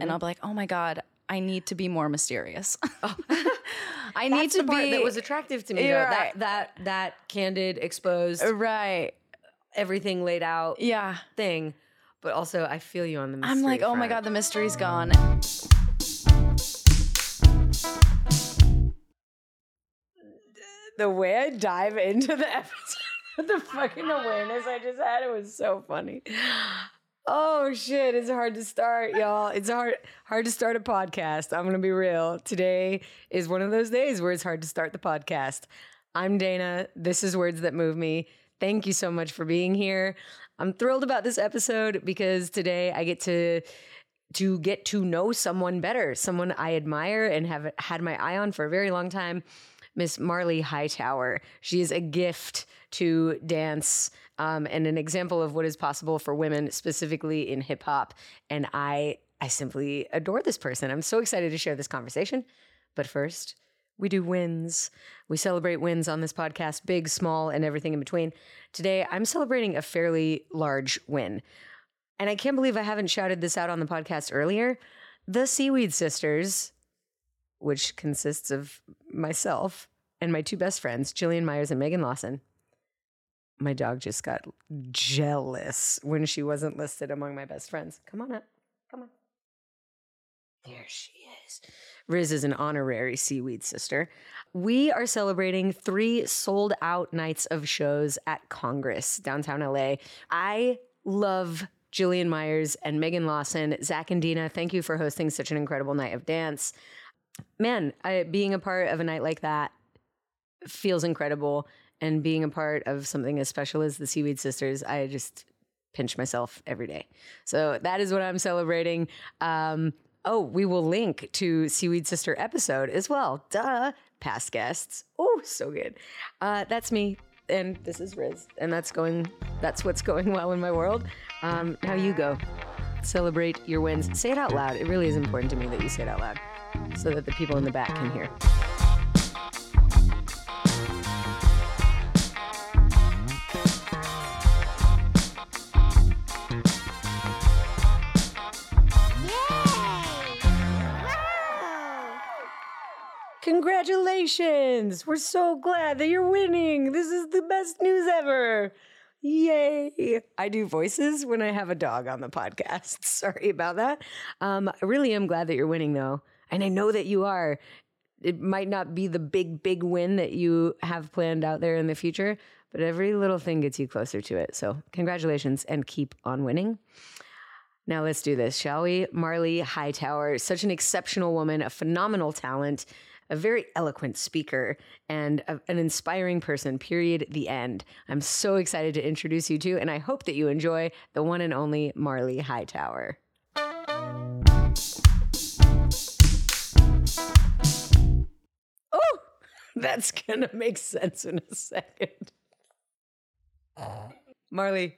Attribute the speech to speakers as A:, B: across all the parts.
A: and I'll be like, oh my God, I need to be more mysterious. I need
B: Oh. That's
A: to
B: the part
A: be.
B: that was attractive to me.
A: You're
B: though.
A: right.
B: That that that candid, exposed,
A: Uh, Er, right.
B: everything laid out
A: Yeah.
B: thing. But also, I feel you on the.
A: I'm like,
B: mystery
A: oh my God,
B: front.
A: the mystery's gone.
B: the way I dive into the episode, the fucking awareness I just had, it was so funny. Oh shit, it's hard to start, y'all. It's hard hard to start a podcast. I'm gonna be real. Today is one of those days where it's hard to start the podcast. I'm Dana. This is Words That Move Me. Thank you so much for being here. I'm thrilled about this episode because today I get to to get to know someone better, someone I admire and have had my eye on for a very long time, Miss Marley Hightower. She is a gift to dance um, and an example of what is possible for women, specifically in hip hop. And I, I simply adore this person. I'm so excited to share this conversation. But first, we do wins. We celebrate wins on this podcast, big, small, and everything in between. Today, I'm celebrating a fairly large win. And I can't believe I haven't shouted this out on the podcast earlier. The Seaweed Sisters, which consists of myself and my two best friends, Jillian Myers and Megan Lawson. My dog just got jealous when she wasn't listed among my best friends. Come on up. Come on. There she is. Riz is an honorary seaweed sister. We are celebrating three sold out nights of shows at Congress, downtown LA. I love Jillian Myers and Megan Lawson. Zach and Dina, thank you for hosting such an incredible night of dance. Man, I, being a part of a night like that feels incredible. And being a part of something as special as the Seaweed Sisters, I just pinch myself every day. So that is what I'm celebrating. Um, oh, we will link to Seaweed Sister episode as well. Duh, past guests. Oh, so good. Uh, that's me, and this is Riz, and that's going. That's what's going well in my world. Um, now you go celebrate your wins. Say it out loud. It really is important to me that you say it out loud, so that the people in the back can hear. Congratulations! We're so glad that you're winning. This is the best news ever. Yay! I do voices when I have a dog on the podcast. Sorry about that. Um, I really am glad that you're winning, though. And I know that you are. It might not be the big, big win that you have planned out there in the future, but every little thing gets you closer to it. So, congratulations and keep on winning. Now let's do this, shall we? Marley Hightower, such an exceptional woman, a phenomenal talent, a very eloquent speaker, and a- an inspiring person, period, the end. I'm so excited to introduce you to, and I hope that you enjoy the one and only Marley Hightower. Oh, that's gonna make sense in a second. Marley,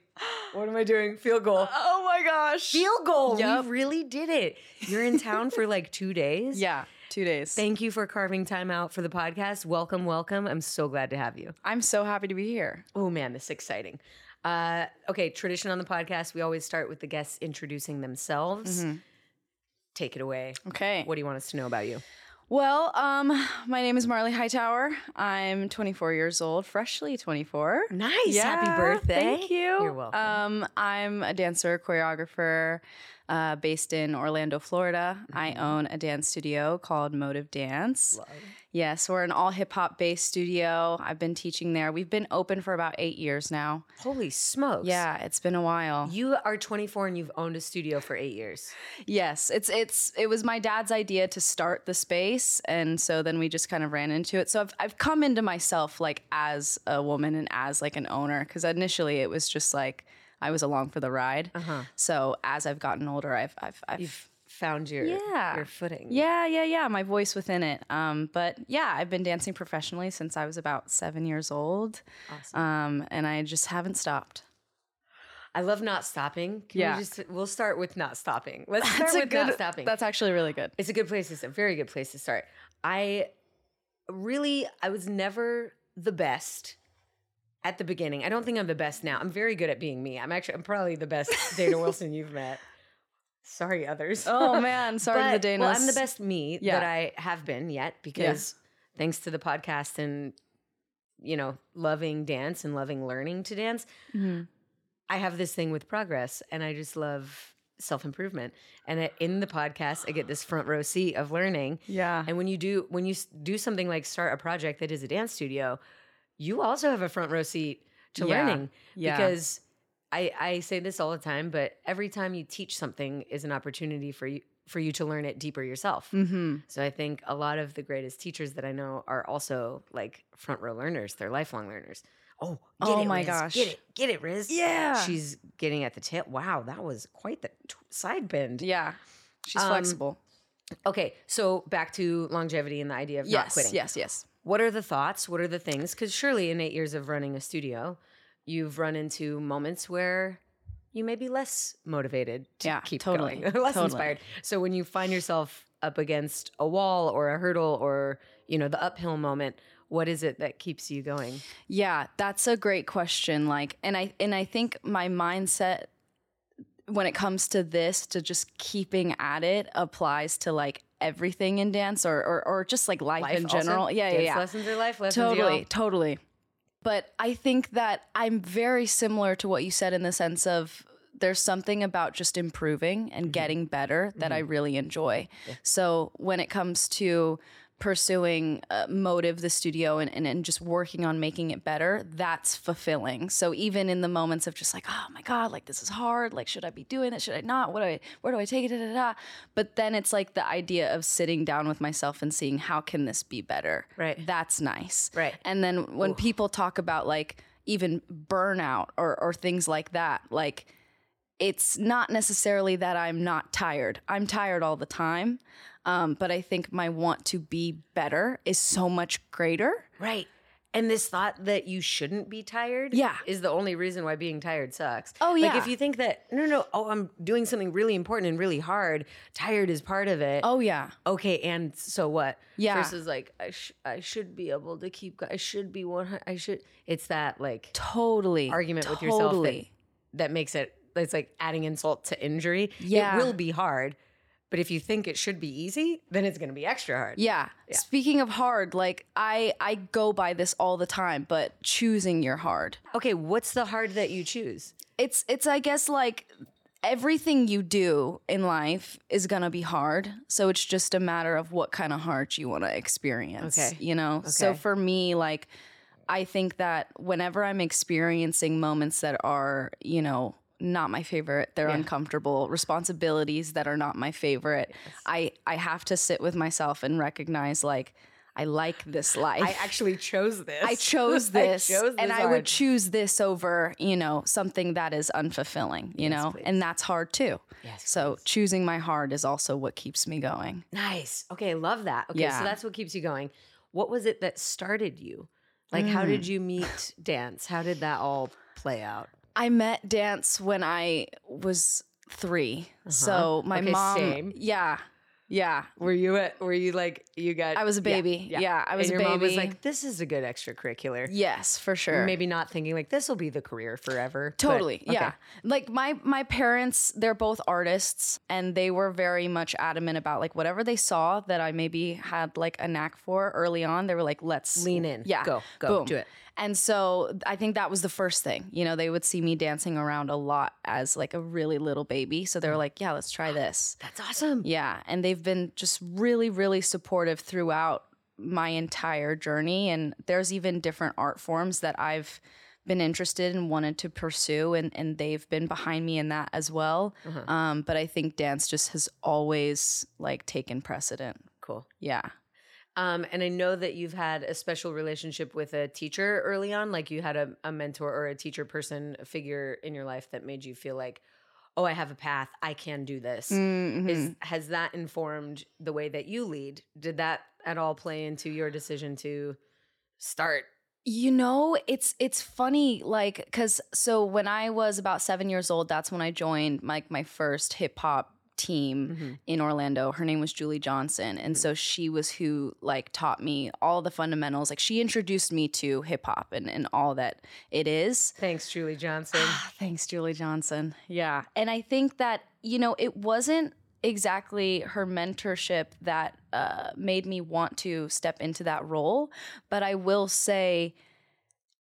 B: what am I doing? Field goal
A: Oh my gosh.
B: field goal.
A: Yup.
B: We really did it. You're in town for like two days.
A: Yeah. Two days.
B: Thank you for carving time out for the podcast. Welcome, welcome. I'm so glad to have you.
A: I'm so happy to be here.
B: Oh man, this is exciting. Uh, okay, tradition on the podcast, we always start with the guests introducing themselves. Take it away.
A: Okay.
B: What do you want us to know about you?
A: Well, um, my name is Marley Hightower. I'm 24 years old, freshly 24.
B: Nice.
A: Yeah,
B: Happy birthday.
A: Thank you.
B: You're welcome.
A: Um, I'm a dancer, choreographer, uh, based in Orlando, Florida.
B: Mm-hmm.
A: I own a dance studio called Motive Dance. Yes, we're an all hip hop based studio. I've been teaching there. We've been open for about eight years now.
B: Holy smokes.
A: Yeah, it's been a while.
B: You are 24 and you've owned a studio for eight years.
A: Yes, it's it's it was my dad's idea to start the space, and so then we just kind of ran into it. So I've I've come into myself like as a woman and as like an owner because initially it was just like I was along for the ride. So as I've gotten older, I've I've, I've
B: Found your
A: Yeah.
B: your footing.
A: yeah yeah yeah my voice within it. Um, but yeah, I've been dancing professionally since I was about seven years old.
B: Awesome.
A: Um, and I just haven't stopped.
B: I love not stopping. Can
A: Yeah.
B: we just we'll start with not stopping. Let's start with not stopping.
A: That's actually really good.
B: it's a good place to start. Very good place to start. I really I was never the best at the beginning. I don't think I'm the best now. I'm very good at being me. I'm actually I'm probably the best Dana Wilson you've met. Sorry, others.
A: Oh man, sorry to
B: But-
A: the Danas.
B: Well, I'm the best me
A: Yeah.
B: that I have been yet because thanks to the podcast and you know loving dance and loving learning to dance,
A: Mhm.
B: I have this thing with progress, and I just love self improvement. And I, in the podcast, I get this front row seat of learning.
A: Yeah.
B: And when you do when you s- do something like start a project that is a dance studio, you also have a front row seat to
A: Yeah.
B: learning
A: Yeah.
B: because I, I say this all the time, but every time you teach something is an opportunity for you for you to learn it deeper yourself.
A: hmm
B: So I think a lot of the greatest teachers that I know are also like front row learners. They're lifelong learners. Oh, get
A: Oh
B: it,
A: my
B: Riz.
A: gosh.
B: Get it, get it, Riz.
A: Yeah.
B: She's getting at the tail. Wow, that was quite the t- side bend.
A: yeah. She's
B: Um,
A: flexible.
B: Okay, so back to longevity and the idea of not
A: Yes.
B: quitting.
A: Yes. Yes.
B: What are the thoughts? What are the things? Because surely in eight years of running a studio, you've run into moments where you may be less motivated to
A: Yeah,
B: keep
A: totally,
B: going, less
A: totally.
B: inspired. So when you find yourself up against a wall or a hurdle or you know the uphill moment, what is it that keeps you going?
A: Yeah, that's a great question. Like, and I and I think my mindset when it comes to this, to just keeping at it, applies to like everything in dance or or, or just like life, in
B: also?
A: general. Yeah, yeah,
B: Dance
A: yeah.
B: Lessons are life lessons.
A: Totally,
B: y'all.
A: totally. But I think that I'm very similar to what you said in the sense of there's something about just improving and getting better that I really enjoy. So when it comes to pursuing uh, motive the studio and, and, and just working on making it better that's fulfilling so even in the moments of just like oh my god like this is hard like should i be doing this should i not what do i where do i take it da, da, da. but then it's like the idea of sitting down with myself and seeing how can this be better
B: Right.
A: that's nice.
B: Right.
A: And then when people talk about like even burnout or, or things like that, like it's not necessarily that I'm not tired. I'm tired all the time. Um, but I think my want to be better is so much greater.
B: Right. And this thought that you shouldn't be tired
A: Yeah.
B: is the only reason why being tired sucks.
A: Oh,
B: Like
A: yeah.
B: if you think that no no, oh I'm doing something really important and really hard, tired is part of it.
A: Oh, yeah.
B: Okay, and so what?
A: Yeah.
B: Versus like I sh- I should be able to keep go- I should be one I should it's that like
A: Totally.
B: Argument with
A: totally.
B: yourself that- that makes it it's like adding insult to injury.
A: Yeah.
B: It will be hard. But if you think it should be easy, then it's going to be extra hard.
A: Yeah. Speaking of hard, like I I go by this all the time, but choosing your hard.
B: Okay, what's the hard that you choose?
A: it's it's I guess like everything you do in life is gonna be hard. So it's just a matter of what kind of hard you want to experience.
B: Okay.
A: You know. So
B: Okay.
A: for me, like I think that whenever I'm experiencing moments that are you know not my favorite they're uncomfortable responsibilities that are not my favorite i i have to sit with myself and recognize like i like this life
B: I actually chose this.
A: I chose
B: I
A: this,
B: chose
A: and
B: this
A: I
B: art.
A: would choose this over, you know, something that is unfulfilling, you know, and that's hard too.
B: Yes,
A: So choosing my heart is also what keeps me going.
B: Nice. Okay, love that. Okay,
A: Yeah.
B: so that's what keeps you going. What was it that started you? Like, how did you meet dance? How did that all play out?
A: I met dance when I was 3 So my
B: Okay,
A: mom,
B: same.
A: yeah, yeah,
B: Were you at? Were you like you got?
A: I was a
B: Yeah,
A: baby. Yeah, I was
B: and
A: a
B: your
A: baby.
B: mom was like, "This is a good extracurricular."
A: yes, for sure.
B: Maybe not thinking like this will be the career forever. but-
A: Totally.
B: okay.
A: Yeah. Like my my parents, they're both artists and they were very much adamant about like whatever they saw that I maybe had like a knack for early on, they were like, let's
B: Lean in.
A: Yeah.
B: Go, go,
A: Boom.
B: do it.
A: And so I think that was the first thing. You know, they would see me dancing around a lot as like a really little baby. So they were like, Yeah, let's try this.
B: That's awesome.
A: Yeah. And they've been just really, really supportive throughout my entire journey. And there's even different art forms that I've been interested and wanted to pursue, and, and they've been behind me in that as well.
B: Uh-huh.
A: Um, but I think dance just has always like taken precedent.
B: Cool.
A: Yeah.
B: Um, and I know that you've had a special relationship with a teacher early on, like you had a, a mentor or a teacher person, a figure in your life that made you feel like, oh, I have a path, I can do this.
A: Mm-hmm.
B: Is, has that informed the way that you lead? Did that at all play into your decision to start?
A: You know, it's it's funny, like, cause so when I was about seven years old, that's when I joined like my first hip hop team in Orlando. Her name was Julie Johnson. And so she was who like taught me all the fundamentals. Like she introduced me to hip hop and, and all that it is.
B: Thanks, Julie Johnson.
A: Ah, Thanks, Julie Johnson. Yeah. And I think that, you know, it wasn't exactly her mentorship that uh, made me want to step into that role. But I will say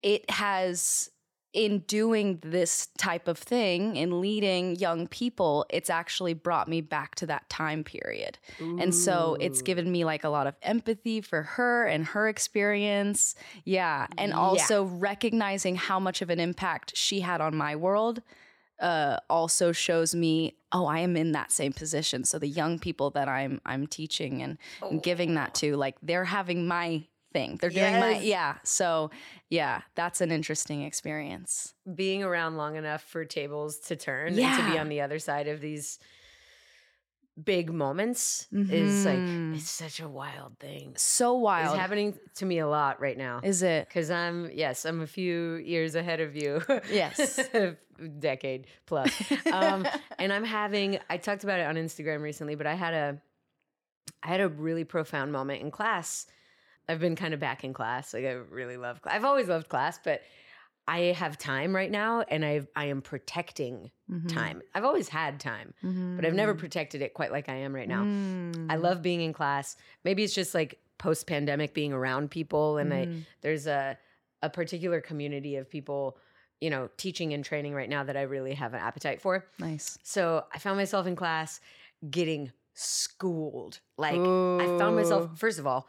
A: it has, in doing this type of thing, in leading young people, it's actually brought me back to that time period. And so it's given me like a lot of empathy for her and her experience. Yeah. And also recognizing how much of an impact she had on my world uh, also shows me, oh, I am in that same position. So the young people that I'm I'm teaching and, and giving that to, like they're having my thing. They're doing my
B: Yes.
A: yeah. So yeah, that's an interesting experience.
B: Being around long enough for tables to turn and to be
A: Yeah.
B: on the other side of these big moments is like
A: Mhm.
B: it's such a wild thing.
A: So
B: It's
A: wild.
B: happening to me a lot right now.
A: is it?
B: Because I'm, yes, I'm a few years ahead of you.
A: Yes.
B: Decade plus. Um, and I'm having, I talked about it on Instagram recently, but I had a, I had a really profound moment in class. I've been kind of back in class. Like I really love, cl- I've always loved class, but I have time right now and I, I am protecting
A: mm-hmm, Hmm.
B: time. I've always had time, but I've never protected it quite like I am right now.
A: Hmm.
B: I
A: Mm,
B: love being in class. Maybe it's just like post pandemic being around people and
A: Hmm. mm.
B: I there's a a particular community of people, you know, teaching and training right now that I really have an appetite for.
A: nice.
B: So I found myself in class getting schooled. Like I found myself first of all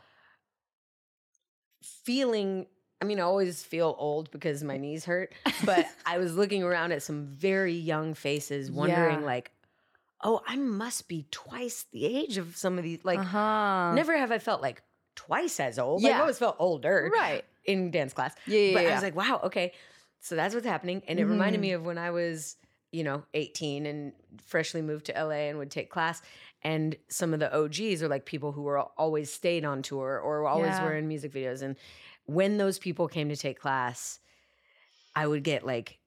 B: feeling I mean, I always feel old because my knees hurt, but I was looking around at some very young faces, wondering
A: Yeah.
B: like, oh, I must be twice the age of some of these. Like,
A: uh-huh.
B: never have I felt like twice as old. Like, I
A: Yeah.
B: always felt older
A: right.
B: in dance class.
A: Yeah, yeah,
B: but I
A: yeah. Mm-hmm.
B: was like, wow, okay. So that's what's happening. And it reminded me of when I was, you know, 18 and freshly moved to LA and would take class. And some of the OGs are like people who were always stayed on tour or always
A: Yeah.
B: were in music videos. And when those people came to take class, I would get like,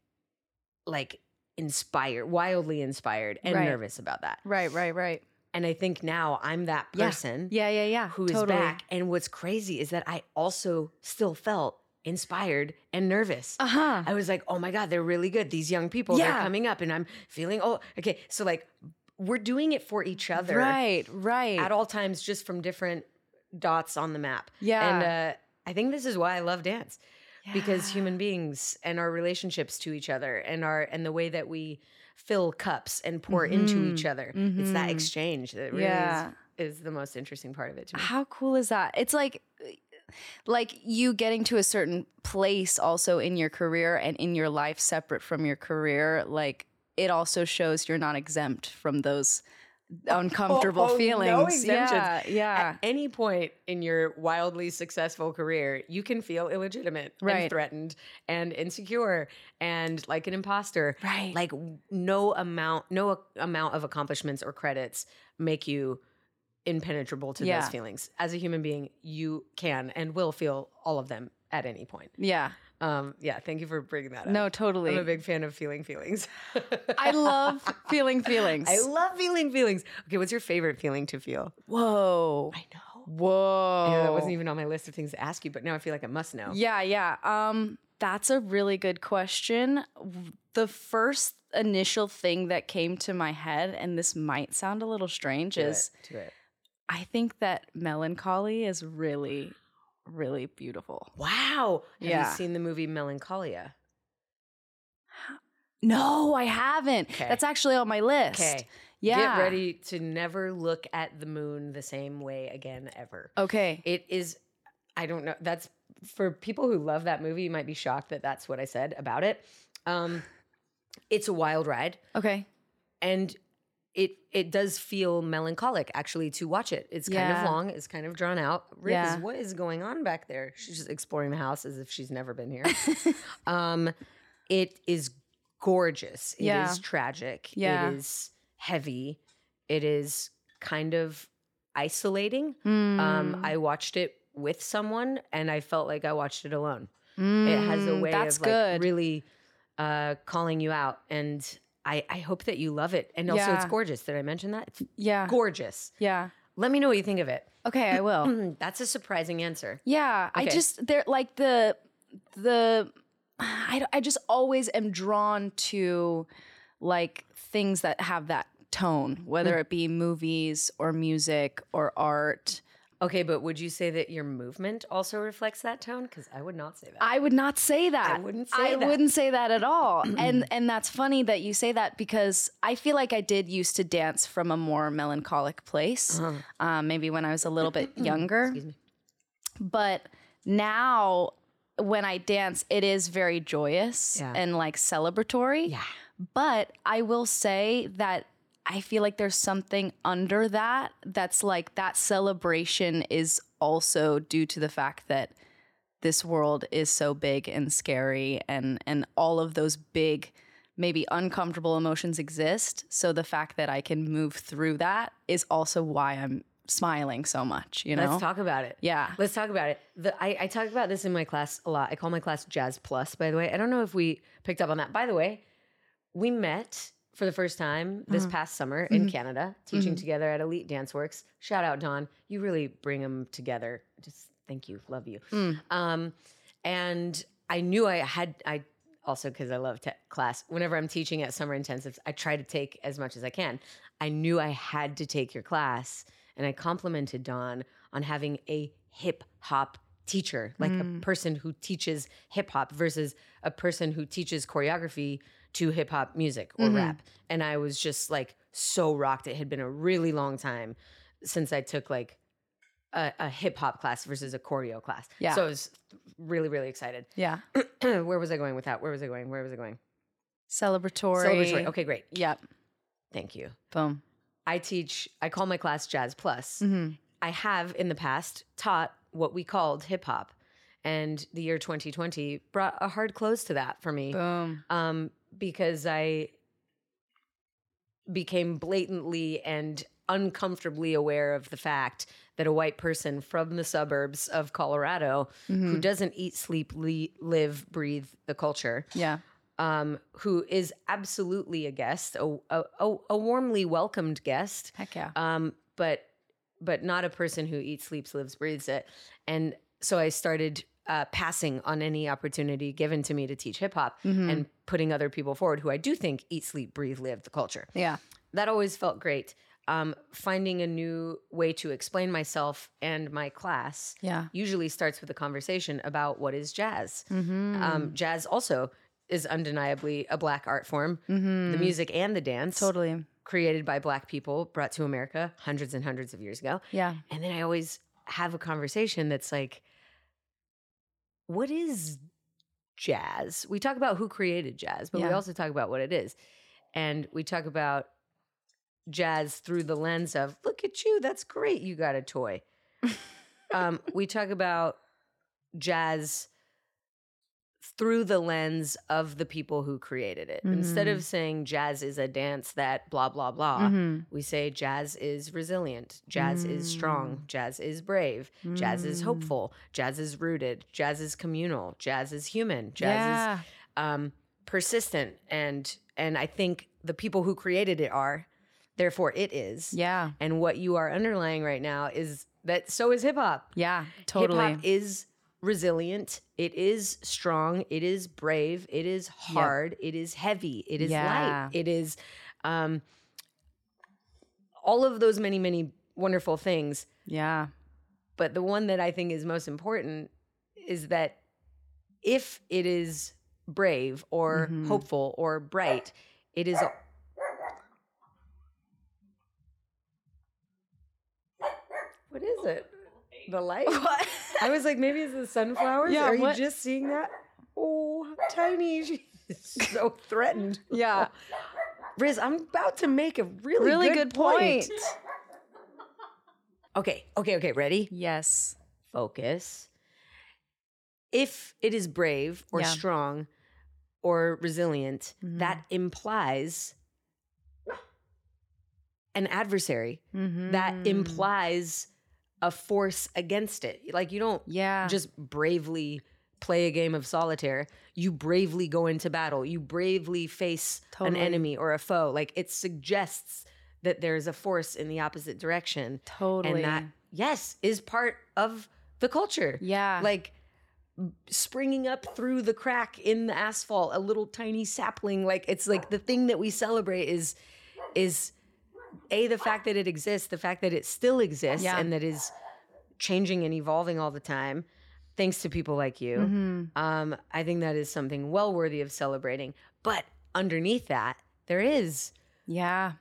B: like inspired, wildly inspired and
A: Right.
B: nervous about that.
A: right, right, right.
B: And I think now I'm that
A: Yeah.
B: person
A: Yeah, yeah, yeah.
B: who is
A: totally.
B: back. And what's crazy is that I also still felt inspired and nervous.
A: Uh-huh.
B: I was like, oh my God, they're really good. These young people, they're
A: Yeah.
B: coming up, and I'm feeling, oh, okay. So, like, we're doing it for each other
A: Right, right.
B: at all times, just from different dots on the map.
A: Yeah.
B: And uh, I think this is why I love dance because human beings and our relationships to each other and our and the way that we fill cups and pour into each other it's that exchange that really
A: Mm-hmm. Yeah.
B: is, is the most interesting part of it to me
A: How cool is that? It's like like you getting to a certain place also in your career and in your life separate from your career, like it also shows you're not exempt from those uncomfortable
B: oh, no
A: feelings.
B: exemptions.
A: yeah, yeah.
B: At any point in your wildly successful career, you can feel illegitimate and
A: Right.
B: threatened and insecure and like an imposter.
A: Right.
B: Like w- no amount, no a- amount of accomplishments or credits make you impenetrable to
A: Yeah.
B: those feelings. As a human being, you can and will feel all of them at any point.
A: yeah.
B: Um, yeah, thank you for bringing that up.
A: No,
B: I'm
A: totally.
B: a big fan of feeling feelings.
A: I love feeling feelings.
B: I love feeling feelings. Okay, what's your favorite feeling to feel?
A: Whoa.
B: know.
A: Whoa.
B: Yeah, that wasn't even on my list of things to ask you, but now I feel like I must know.
A: Oh. Yeah, yeah. Um, that's a really good question. W- The first initial thing that came to my head, and this might sound a little strange, is
B: to it.
A: I think that melancholy is really, really beautiful.
B: Wow. Have
A: Yeah.
B: you seen the movie Melancholia?
A: No, I haven't.
B: Okay.
A: That's actually on my list.
B: Okay.
A: Yeah.
B: Get ready to never look at the moon the same way again ever.
A: Okay.
B: It is I don't know. That's for people who love that movie, you might be shocked that that's what I said about it. Um it's a wild ride
A: Okay.
B: and it it does feel melancholic actually to watch it. It's kind of
A: Yeah.
B: long, it's kind of drawn out. Rick
A: Yeah.
B: is what is going on back there? She's just exploring the house as if she's never been here. Um, it is gorgeous. It is
A: Yeah.
B: tragic.
A: Yeah.
B: It is heavy. It is kind of isolating. Um,
A: Mm,
B: I watched it with someone, and I felt like I watched it alone. It has a
A: mm,
B: way
A: That's
B: of
A: good.
B: like really uh, calling you out, and I, I hope that you love it. And also, it's
A: Yeah. Uh,
B: gorgeous. Did I mention that? It's
A: Yeah.
B: gorgeous.
A: Yeah.
B: Let me know what you think of it.
A: Okay, I will.
B: Mm, That's a surprising answer.
A: Yeah, I
B: Okay.
A: just they're like the the I don't- I just always am drawn to like things that have that tone,
B: Mm.
A: whether it be movies or music or art.
B: Okay, but would you say that your movement also reflects that tone? Because I would not say that.
A: I would not say that.
B: wouldn't
A: I
B: say that.
A: wouldn't say that at all. and and that's funny that you say that because I feel like I did used to dance from a more melancholic place.
B: Uh-huh.
A: Um, maybe when I was a little bit younger.
B: Excuse me.
A: but now when I dance, it is very joyous
B: Yeah.
A: and like celebratory.
B: Yeah.
A: But I will say that I feel like there's something under that that's like that celebration is also due to the fact that this world is so big and scary and and all of those big maybe uncomfortable emotions exist so the fact that i can move through that is also why i'm smiling so much you know
B: Let's talk about it.
A: yeah
B: Let's talk about it. The, I, I talk about this in my class a lot. I call my class Jazz Plus, by the way. I don't know if we picked up on that. By the way, we met for the first time this past summer in Canada, teaching together at Elite Dance Works. Shout out, Don. You really bring them together. Just thank you. Love you. Um, and I knew I had, I also, because I love te- class, whenever I'm teaching at summer intensives, I try to take as much as I can. I knew I had to take your class. And I complimented Don on having a hip hop teacher, like a person who teaches hip hop versus a person who teaches choreography to hip hop music or rap. And I was just like so rocked. It had been a really long time since I took like a, a hip hop class versus a choreo class.
A: Yeah.
B: So I was really, really excited.
A: yeah
B: Where was I going with that? Where was I going? Where was I going?
A: celebratory.
B: Celebratory. Okay, great.
A: Yep.
B: Thank you.
A: Boom.
B: I teach, I call my class Jazz Plus.
A: Mm. Mm-hmm.
B: I have in the past taught what we called hip hop. And the year 2020 brought a hard close to that for me
A: Boom.
B: um, because I became blatantly and uncomfortably aware of the fact that a white person from the suburbs of Colorado
A: Mm-hmm. Hmm.
B: who doesn't eat, sleep, le- live, breathe the culture
A: Yeah.
B: um, who is absolutely a guest, a, a, a- a warmly welcomed guest,
A: Heck yeah.
B: um, but but not a person who eats, sleeps, lives, breathes it. And so I started uh, passing on any opportunity given to me to teach hip hop
A: Hmm. Mm-hmm.
B: and putting other people forward who I do think eat, sleep, breathe, live the culture
A: Yeah.
B: that always felt great. Um, finding a new way to explain myself and my class
A: Yeah.
B: usually starts with a conversation about what is jazz.
A: Mm-hmm.
B: Um, jazz also is undeniably a black art form.
A: Hmm.
B: The music and the dance,
A: Mm-hmm. Totally.
B: created by black people, brought to America hundreds and hundreds of years ago.
A: Yeah.
B: And then I always have a conversation that's like, what is jazz? We talk about who created jazz, but we
A: Yeah.
B: also talk about what it is. And we talk about jazz through the lens of, look at you, that's great, you got a toy. um, we talk about jazz through the lens of the people who created it. Instead of saying jazz is a dance that blah, blah, blah,
A: Mhm.
B: we say jazz is resilient, jazz is strong,
A: Mm.
B: jazz is brave, jazz
A: Mm-hmm.
B: is hopeful, jazz is rooted, jazz is communal, jazz is human, jazz is
A: yeah.
B: um, persistent, and and I think the people who created it are, therefore it is.
A: yeah.
B: And what you are underlying right now is that so is hip hop.
A: Yeah. Totally.
B: Hip hop is resilient. It is strong. It is brave. It is hard. It is heavy. It is
A: Yeah.
B: light. It is um, all of those many, many wonderful things.
A: yeah.
B: But the one that I think is most important is that if it is brave or
A: Mm-hmm.
B: hopeful or bright, it is. What is it? The light?
A: What?
B: I was like, maybe it's the sunflowers.
A: Yeah,
B: Are
A: what-
B: you just seeing that? Oh, tiny. She's so threatened.
A: Yeah.
B: Riz, I'm about to make a really,
A: Really
B: good,
A: good point.
B: Okay, okay, okay. Ready?
A: Yes.
B: Focus. If it is brave or
A: Yeah. Mm-hmm.
B: strong or resilient, that implies an adversary.
A: Mm-hmm. Mm.
B: That implies a force against it. Like you don't
A: Yeah.
B: just bravely play a game of solitaire, you bravely go into battle, you bravely face
A: Totally.
B: an enemy or a foe. Like it suggests that there's a force in the opposite direction.
A: Totally.
B: And that, yes, is part of the culture.
A: yeah.
B: Like springing up through the crack in the asphalt, a little tiny sapling. Like it's like the thing that we celebrate is is a the fact that it exists, the fact that it still exists,
A: Yeah.
B: and that is changing and evolving all the time, thanks to people like you.
A: Mhm.
B: Um, I think that is something well worthy of celebrating. But underneath that, there is
A: yeah.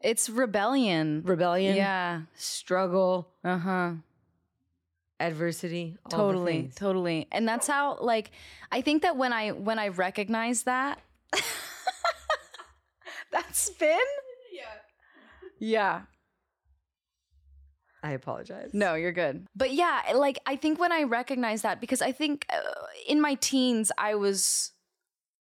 A: It's rebellion.
B: rebellion,
A: Yeah.
B: struggle,
A: Uh huh.
B: adversity, all the
A: totally
B: things.
A: totally and that's how like i think that when i when i recognize that that spin yeah yeah
B: I apologize.
A: no you're good but yeah like i think when i recognize that because i think uh, in my teens i was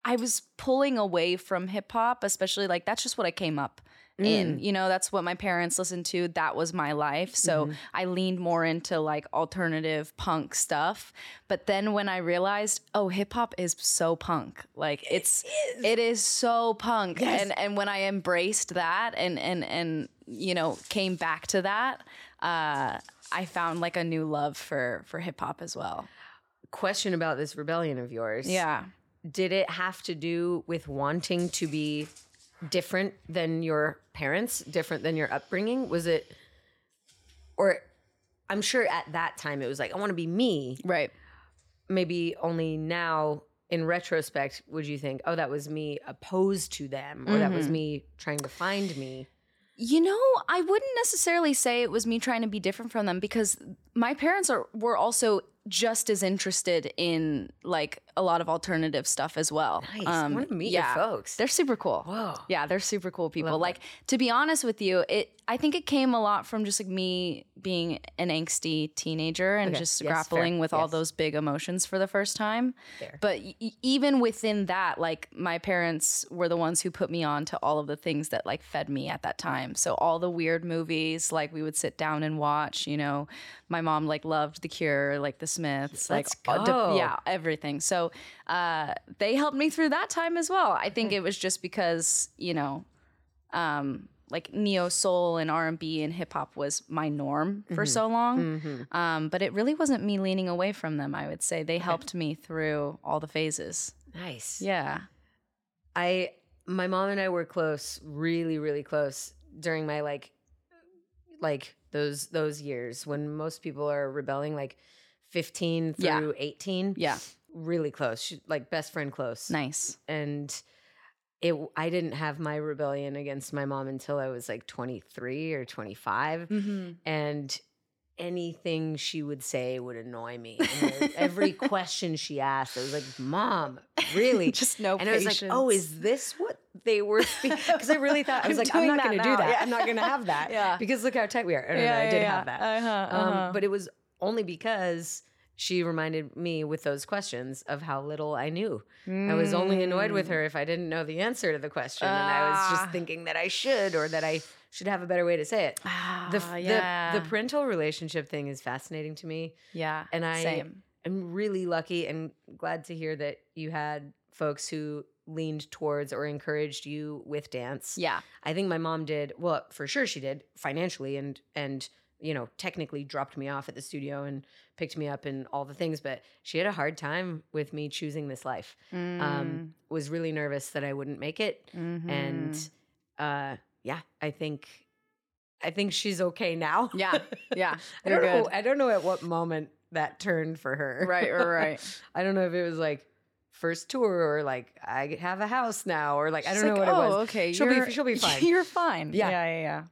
A: i was pulling away from hip hop especially like that's just what i came up in you know that's what my parents listened to that was my life so i leaned more into like alternative punk stuff but then when i realized oh hip hop is so punk like it's it is, so punk and and when i embraced that and and and you know came back to that uh i found like a new love for for hip hop as well
B: question about this rebellion of yours.
A: yeah
B: Did it have to do with wanting to be different than your parents, different than your upbringing? Was it, or I'm sure at that time it was like, I want to be me.
A: right
B: Maybe only now in retrospect would you think, oh, that was me opposed to them, or that was me trying to find me.
A: You know, I wouldn't necessarily say it was me trying to be different from them because my parents are were also just as interested in like a lot of alternative stuff as well. Um,
B: Nice. I wanna meet your folks.
A: They're super cool.
B: Whoa.
A: Yeah, they're super cool people. like to be honest with you, it I think it came a lot from just like me being an angsty teenager and
B: Okay.
A: just
B: Yes,
A: grappling
B: fair.
A: with all
B: Yes.
A: those big emotions for the first time.
B: Fair.
A: But y- y- even within that, like my parents were the ones who put me on to all of the things that like fed me at that time. So all the weird movies, like we would sit down and watch. You know, my mom like loved The Cure, like The Smiths, like
B: Let's
A: all
B: go.
A: yeah, everything. So uh, they helped me through that time as well. I think it was just because you know, um, like neo soul and R and B and hip hop was my norm for
B: Mm-hmm.
A: so long. Um, but it really wasn't me leaning away from them. I would say they helped me through all the phases.
B: Nice.
A: Yeah.
B: I my mom and I were close, really, really close during my like like those those years when most people are rebelling, like fifteen
A: Yeah.
B: through eighteen.
A: Yeah.
B: Really close. She, like best friend close.
A: Nice.
B: And it I didn't have my rebellion against my mom until I was like twenty three or twenty five
A: Mm-hmm.
B: and anything she would say would annoy me. And every question she asked, I was like, "Mom, really?"
A: Just no
B: And I was like, "Oh,
A: patience.
B: is this what they were?" Because I really thought I was
A: I'm
B: like, "I'm
A: doing
B: not
A: that
B: going to do
A: now.
B: that.
A: Yeah.
B: I'm not going to have that."
A: Yeah.
B: Because look how tight we are. I don't know. I did have that.
A: Uh-huh,
B: Um, but it was only because she reminded me with those questions of how little I knew. I was only annoyed with her if I didn't know the answer to the question, and I was
A: Mm. Ah.
B: just thinking that I should or that I should have a better way to say it the, f- the-
A: Ah, yeah.
B: the parental relationship thing is fascinating to me
A: yeah.
B: and i
A: Same.
B: am really lucky and glad to hear that you had folks who leaned towards or encouraged you with dance
A: Yeah.
B: i think my mom did well for sure she did financially and and you know technically dropped me off at the studio and picked me up and all the things but she had a hard time with me choosing this life um, was really nervous that i wouldn't make it
A: Mm, mhm.
B: and uh yeah i think i think she's okay now
A: yeah, yeah,
B: I
A: you're
B: don't
A: good.
B: know. I don't know at what moment that turned for her.
A: Right, right, right.
B: I don't know if it was like first tour or like I have a house now or like I
A: She's
B: don't know
A: like,
B: what
A: oh,
B: it was.
A: Okay,
B: She'll be-
A: you're-
B: she'll be fine."
A: You're fine.
B: Yeah.
A: yeah, yeah, yeah.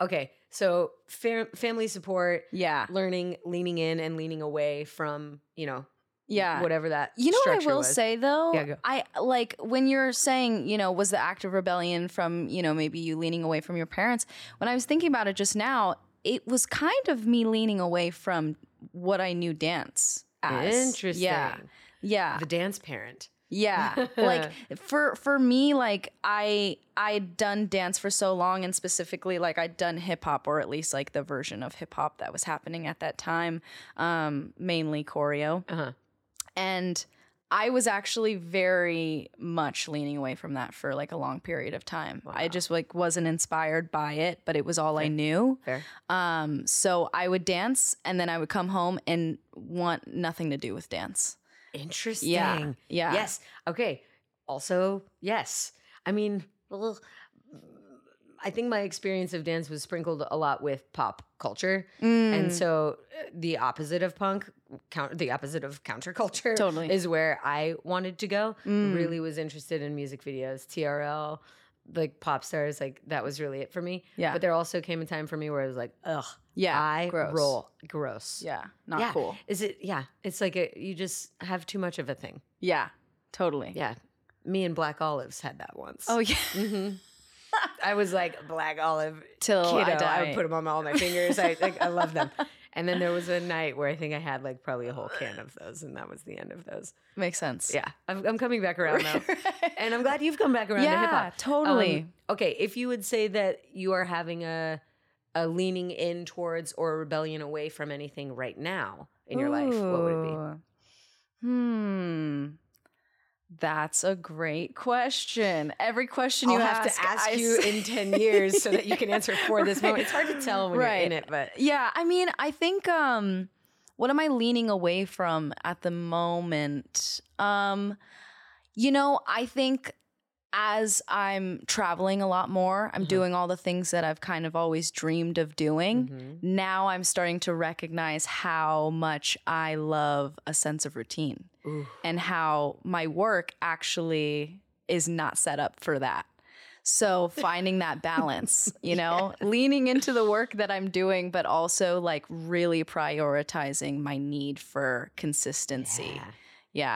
B: Okay, so fam- family support,
A: Yeah,
B: learning, leaning in and leaning away from you know
A: yeah.
B: whatever that
A: You know what I
B: structure
A: will
B: was.
A: say though?
B: Yeah, go.
A: I like when you're saying, you know, was the act of rebellion from, you know, maybe you leaning away from your parents. When I was thinking about it just now, it was kind of me leaning away from what I knew dance as.
B: Interesting.
A: Yeah. Yeah.
B: The dance parent.
A: Yeah. like for for me like I I'd done dance for so long and specifically like I'd done hip hop or at least like the version of hip hop that was happening at that time, um mainly choreo
B: Uh huh.
A: And I was actually very much leaning away from that for like a long period of time. I
B: Wow.
A: just like wasn't inspired by it, but it was all I knew.
B: Fair.
A: Um, so I would dance and then I would come home and want nothing to do with dance.
B: Interesting.
A: Yeah. Yeah.
B: Yes. Okay. Also, yes. I mean, well, I think my experience of dance was sprinkled a lot with pop culture. And
A: Mm.
B: so uh, the opposite of punk, count, the opposite of counterculture
A: Totally.
B: is where I wanted to go.
A: Mm.
B: Really was interested in music videos, TRL, like pop stars, like that was really it for me.
A: Yeah.
B: But there also came a time for me where I was like, ugh,
A: yeah.
B: I
A: gross.
B: roll. Gross.
A: Yeah. Not
B: Yeah.
A: cool.
B: Is it, yeah, it's like a, you just have too much of a thing.
A: Yeah. Totally.
B: Yeah. Me and Black Olives had that once.
A: Oh yeah.
B: hmm I was like, Black Olive
A: Till
B: kiddo.
A: I die.
B: Oh, I would put them on all my fingers. I, like, I love them. And then there was a night where I think I had like probably a whole can of those, and that was the end of those.
A: Makes sense.
B: Yeah. I'm, I'm coming back around though.
A: Right.
B: And I'm glad you've come back around to hip
A: yeah.
B: hop.
A: Totally.
B: Um, okay. If you would say that you are having a, a leaning in towards or a rebellion away from anything right now in your life, what would it be?
A: Ooh. Hmm. That's a great question. Every question you
B: I'll have
A: ask,
B: to ask
A: I
B: you
A: s-
B: in 10 years so that you can answer for this moment. It's hard to tell when you're
A: Right.
B: in it, but
A: yeah, I mean, I think um what am I leaning away from at the moment? Um you know, I think as I'm traveling a lot more, I'm
B: Uh-huh.
A: doing all the things that I've kind of always dreamed of doing.
B: Mm-hmm.
A: Now I'm starting to recognize how much I love a sense of routine.
B: Ooh.
A: and how my work actually is not set up for that. So finding that balance, you know, leaning into the work that I'm doing, but also like really prioritizing my need for consistency. Yeah.
B: Yeah.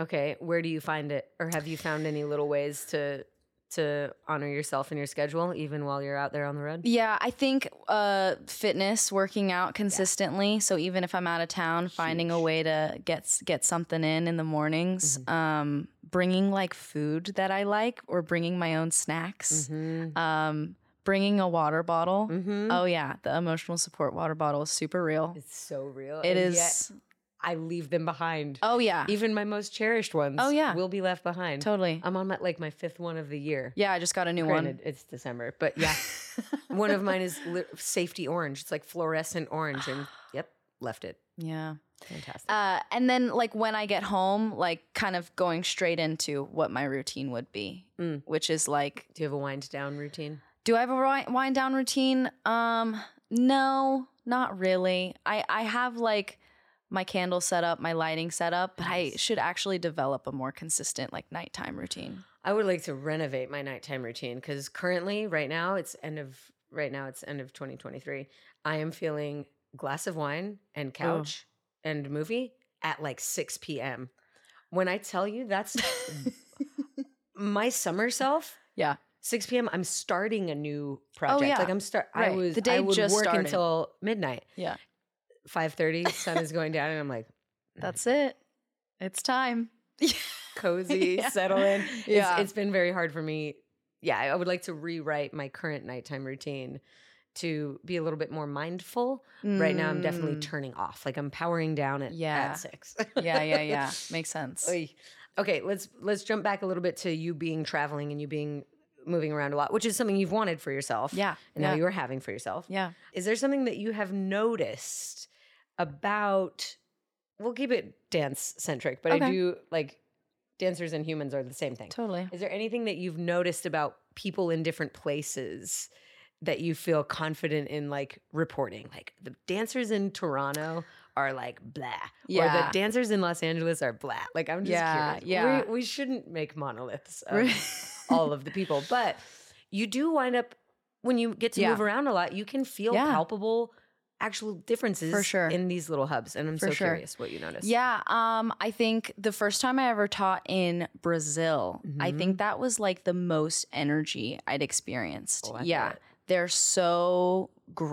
B: Okay, where do you find it, or have you found any little ways to to honor yourself and your schedule, even while you're out there on the road?
A: Yeah, I think uh, fitness, working out consistently. So even if I'm out of town, finding a
B: Huge.
A: way to get s- get something in in the mornings, um, bringing like food that I like, or bringing my own snacks.
B: Mm-hmm.
A: um, bringing a water bottle.
B: Mm-hmm.
A: Oh yeah, the emotional support water bottle is super real.
B: It's so real.
A: It
B: and
A: is.
B: yet I leave them behind.
A: oh yeah,
B: Even my most cherished ones.
A: Oh, yeah.
B: will be left behind.
A: totally.
B: I'm on my, like my fifth one of the year.
A: yeah, I just got a new
B: um, Granted, it's December, but yeah, one of mine is li- safety orange. It's like fluorescent orange, and yep, left it.
A: one. Yeah.
B: Fantastic.
A: Uh, and then like when I get home, like kind of going straight into what my routine would be,
B: Mm.
A: which is like,
B: do you have a wind down routine?
A: do I have a wi- wind down routine? Um, no, not really. I I have like my candle set up, my lighting set up, but I
B: Nice.
A: should actually develop a more consistent like nighttime routine.
B: I would like to renovate my nighttime routine because currently, right now, it's end of right now it's end of 2023. I am feeling glass of wine and couch and movie at like 6 p.m. When I tell you that's Mm. my summer self,
A: Yeah. Oh,
B: 6 p.m. I'm starting a new project.
A: yeah.
B: Like I'm start. I
A: Right.
B: was
A: The day
B: I would
A: just
B: work
A: started.
B: until midnight.
A: Yeah.
B: 5:30, sun is going down, and I'm like
A: That's it. It's time.
B: cozy,
A: Yeah.
B: settle in.
A: Yeah.
B: It's, it's been very hard for me. Yeah, I would like to rewrite my current nighttime routine to be a little bit more mindful. Right now, I'm definitely
A: Mm.
B: turning off. Like I'm powering down at,
A: Yeah.
B: at six.
A: yeah, yeah, yeah. Makes sense.
B: Oy. okay, let's let's jump back a little bit to you being traveling and you being moving around a lot, which is something you've wanted for yourself.
A: Yeah.
B: And now
A: yeah.
B: you're having for yourself.
A: yeah.
B: Is there something that you have noticed about? We'll keep it dance centric, but I
A: Okay.
B: do like dancers and humans are the same thing.
A: Totally.
B: Is there anything that you've noticed about people in different places that you feel confident in like reporting? Like the dancers in Toronto are like blah. Or
A: Yeah.
B: the dancers in Los Angeles are blah. Like I'm just
A: Yeah,
B: curious.
A: yeah.
B: We, we shouldn't make monoliths of all of the people, but you do wind up when you get to
A: Yeah.
B: move around a lot, you can feel
A: Yeah.
B: palpable actual differences
A: For sure.
B: in these little hubs. And I'm
A: For
B: so
A: sure.
B: curious what you notice.
A: yeah. Um, I think the first time I ever taught in Brazil, I
B: Mhm.
A: think that was like the most energy I'd experienced.
B: Oh, I
A: yeah.
B: bet.
A: They're so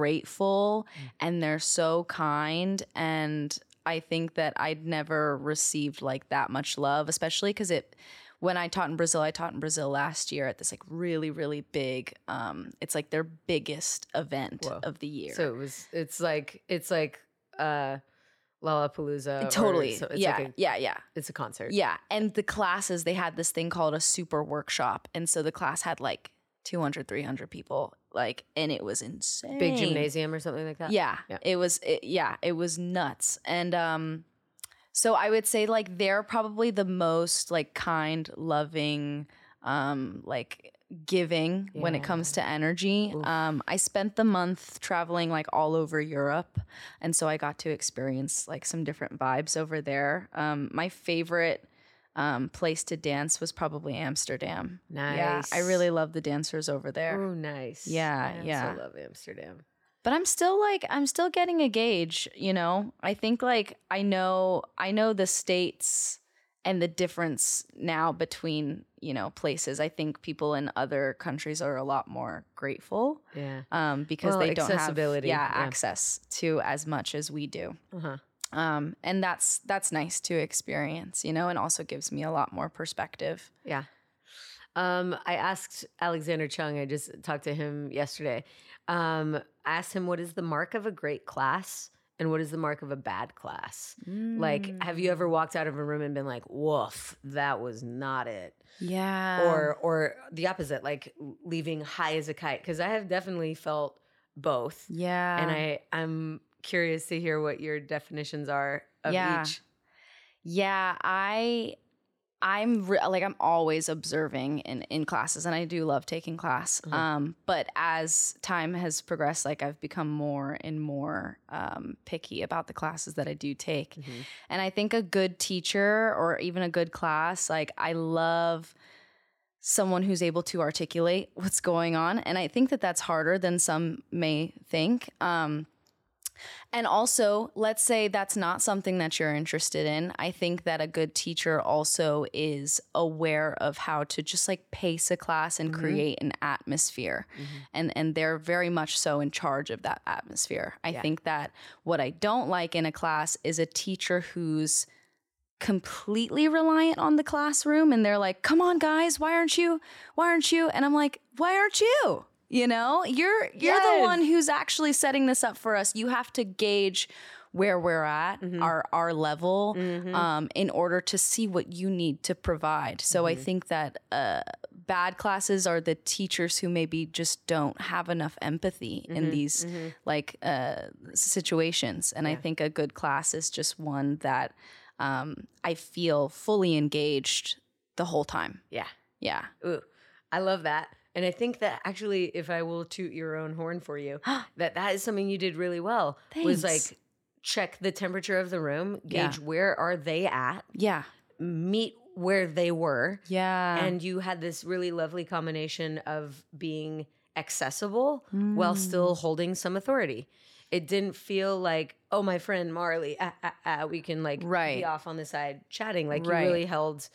A: grateful
B: Mm.
A: and they're so kind and I think that I'd never received like that much love, especially because it when I taught in Brazil, I taught in Brazil last year at this like really, really big um it's like their biggest event
B: Whoa.
A: of the year.
B: So it was it's like it's like uh Lollapalooza. or
A: totally.
B: so it's
A: yeah,
B: Like a,
A: yeah, yeah.
B: it's a concert.
A: Yeah. And the classes, they had this thing called a super workshop. And so the class had like 200, 300 people. Like, and it was insane.
B: Big gymnasium or something like that.
A: Yeah,
B: Yeah.
A: It was, it, yeah, it was nuts. And, um, so I would say like they're probably the most like kind, loving, um, like giving when it
B: Yeah.
A: comes to energy.
B: Oof.
A: Um, I spent the month traveling like all over Europe, and so I got to experience like some different vibes over there. Um, my favorite um, place to dance was probably Amsterdam. Yeah,
B: Nice.
A: I really love the dancers over there.
B: Oh, nice.
A: Yeah,
B: I also
A: yeah.
B: love Amsterdam.
A: but i'm still like i'm still getting a gauge you know i think like i know i know the states and the difference now between you know places i think people in other countries are a lot more grateful
B: Yeah.
A: um, because
B: Well,
A: they don't
B: accessibility,
A: have yeah,
B: yeah.
A: access to as much as we do
B: Uh huh.
A: um, and that's that's nice to experience you know and also gives me a lot more perspective
B: Yeah. Um, I asked Alexander Chung, I just talked to him yesterday. Um, I asked him what is the mark of a great class and what is the mark of a bad class?
A: Mm.
B: Like, have you ever walked out of a room and been like, woof, that was not it?
A: yeah
B: or or the opposite, like leaving high as a kite. Cause I have definitely felt both.
A: yeah
B: and I, I'm curious to hear what your definitions are of
A: Yeah.
B: each.
A: Yeah, I I'm re- like I'm always observing in in classes and I do love taking class.
B: Mhm.
A: Um but as time has progressed like I've become more and more um picky about the classes that I do take. And I think a good teacher or even a good class, like I love someone who's able to articulate what's going on. And I think that that's harder than some may think. Um, and also, let's say that's not something that you're interested in. I think that a good teacher also is aware of how to just like pace a class and
B: Mhm.
A: create an atmosphere. And and they're very much so in charge of that atmosphere. I
B: Yeah.
A: think that what I don't like in a class is a teacher who's completely reliant on the classroom and they're like come on guys why aren't you why aren't you and i'm like why aren't you you know you're you're the
C: Yes.
A: one who's actually setting this up for us you have to gauge where we're at our our level
B: Mm-hmm.
A: um, in order to see what you need to provide so
B: Mm-hmm.
A: i think that uh, bad classes are the teachers who maybe just don't have enough empathy
B: Mm-hmm.
A: in these like uh, situations and i think a good class is just one that um, I feel fully engaged the whole time.
B: Yeah.
A: Yeah.
B: Ooh, I love that. And I think that actually, if I will toot your own horn for you, that that is something you did really well. Was
A: Thanks.
B: like check the temperature of the room,
A: Yeah.
B: gauge where are they at,
A: Yeah.
B: meet where they were,
A: Yeah.
B: and you had this really lovely combination of being accessible
A: Mm.
B: while still holding some authority. It didn't feel like, oh, my friend Marley, ah, ah, ah, we can like
A: Right.
B: be off on the side chatting. Like
A: Right.
B: you really held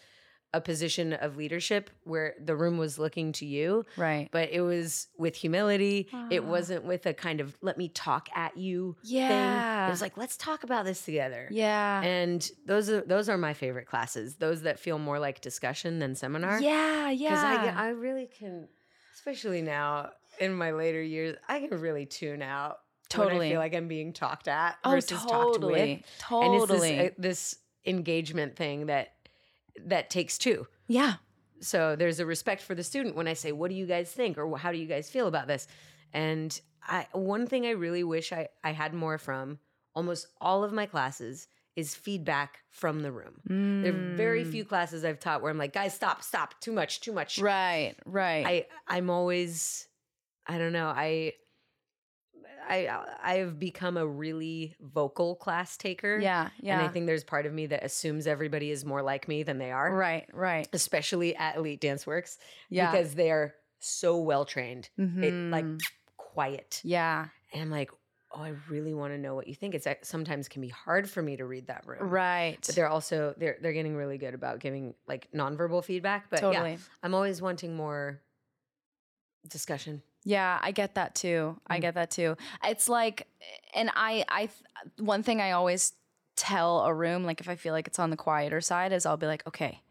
B: a position of leadership where the room was looking to you,
A: right.
B: but it was with humility. It
A: Ah.
B: wasn't with a kind of let me talk at you thing.
A: yeah.
B: It was like, let's talk about this together.
A: yeah.
B: And those are those are my favorite classes. Those that feel more like discussion than seminar.
A: yeah.
B: Because I,
A: Yeah.
B: get- I really can, especially now in my later years, I can really tune out. when
A: Totally.
B: I feel like I'm being talked at
A: oh,
B: versus talked with.
A: totally.
B: And it's this,
A: Totally.
B: uh, this engagement thing that that takes two.
A: yeah.
B: So there's a respect for the student when I say, "What do you guys think?" or "How do you guys feel about this?" And I, one thing I really wish I, I had more from almost all of my classes is feedback from the room. There are very
A: Mm.
B: few classes I've taught where I'm like, "Guys, stop, stop, too much, too much."
A: Right. Right.
B: I I'm always I don't know I I uh, I've become a really vocal class taker.
A: yeah. Yeah.
B: and I think there's part of me that assumes everybody is more like me than they are,
A: right. Right.
B: especially at Elite Dance Works
A: Yeah.
B: because they are so well trained. It like
A: Mhm.
B: quiet,
A: Yeah.
B: and I'm like, oh, I really want to know what you think. It's like, sometimes can be hard for me to read that room,
A: Right.
B: But they're also they're they're getting really good about giving like nonverbal feedback. But yeah,
A: totally.
B: I'm always wanting more discussion.
A: Yeah, I get that too. I
B: Mm.
A: get that too. It's like, and I, I, th- one thing I always tell a room, like if I feel like it's on the quieter side, is I'll be like, okay,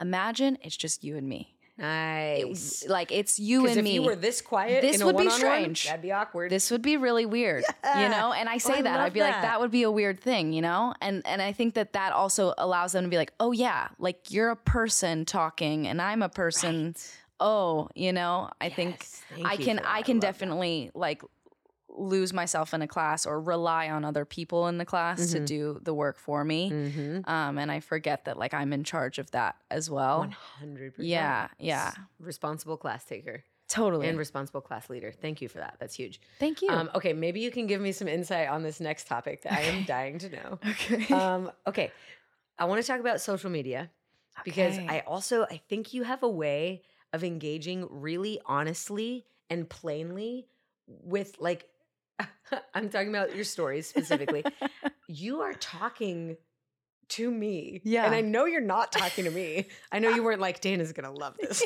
A: imagine it's just you and me.
B: Nice.
A: It's like it's you
B: 'Cause
A: and
B: if
A: me.
B: you were this quiet,
A: This
B: in a
A: would be
B: one-on-one,
A: strange.
B: That'd be awkward.
A: this would be really weird, you know? And I say
B: Oh, I
A: that
B: love
A: I'd be like
B: that.
A: that would be a weird thing, you know? And and I think that that also allows them to be like, "Oh yeah, like you're a person talking and I'm a person." Oh, you know? I think
B: Yes, thank
A: I
B: you
A: can
B: for that.
A: I can
B: love that.
A: definitely like lose myself in a class or rely on other people in the class to
B: Mhm.
A: do the work for me.
B: Mhm.
A: Um and I forget that like I'm in charge of that as well.
B: 100%.
A: Yeah, yeah.
B: S- Responsible class taker
A: Totally.
B: and responsible class leader. Thank you for that. That's huge.
A: Thank you.
B: Um, okay, maybe you can give me some insight on this next topic that I am dying to know.
A: okay.
B: Um, okay, I want to talk about social media because
A: Okay.
B: I also I think you have a way of engaging really honestly and plainly with like I'm talking about your stories specifically. you are talking to me.
A: Yeah.
B: And I know you're not talking to me. I know you weren't like, Dana's gonna love this.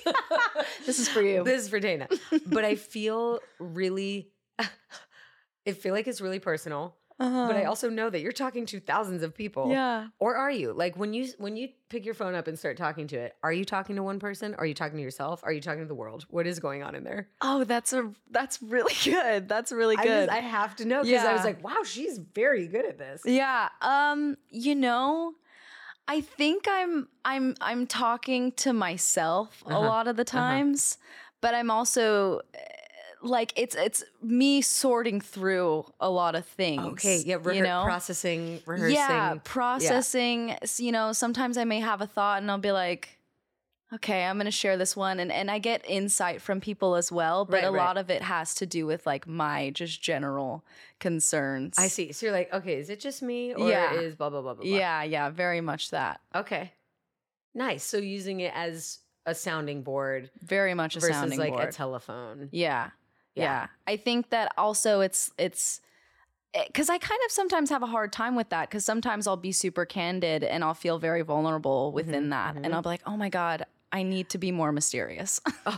A: This is for you.
B: This is for Dana. But I feel really I feel like it's really personal. But
A: Uh.
B: I also know that you're talking to thousands of people.
A: Uh-huh. Yeah.
B: Or are you? Like when you when you pick your phone up and start talking to it, are you talking to one person? Are you talking to yourself? Are you talking to the world? What is going on in there?
A: Oh, that's a that's really good. That's really
B: I,
A: good.
B: just, I have to know because I was
A: Yeah.
B: like, wow, she's very good at this.
A: yeah. Um, you know, I think I'm I'm I'm talking to myself a
B: Uh-huh.
A: lot of the times, but I'm also eh, like it's it's me sorting through a lot of things.
B: Okay, yeah, rehe-
A: you know?
B: processing, rehearsing.
A: Yeah, processing. s- You know, sometimes I may have a thought and I'll be like, okay, I'm going to share this one. And, and I get insight from people as well, but
B: Right,
A: a
B: right.
A: lot of it has to do with like my just general concerns.
B: I see. So you're like, okay, is it just me or
A: Yeah.
B: is blah blah blah blah blah?
A: Yeah, yeah, very much that.
B: Okay. Nice. So using it as a sounding board
A: Very much a
B: versus
A: sounding
B: like
A: board.
B: a telephone.
A: yeah, yeah,
B: Yeah.
A: I think that also it's, it's, because I kind of sometimes have a hard time with that. Because sometimes I'll be super candid and I'll feel very vulnerable
B: Mm-hmm.
A: within that, and I'll be like, "Oh my god, I need to be more mysterious.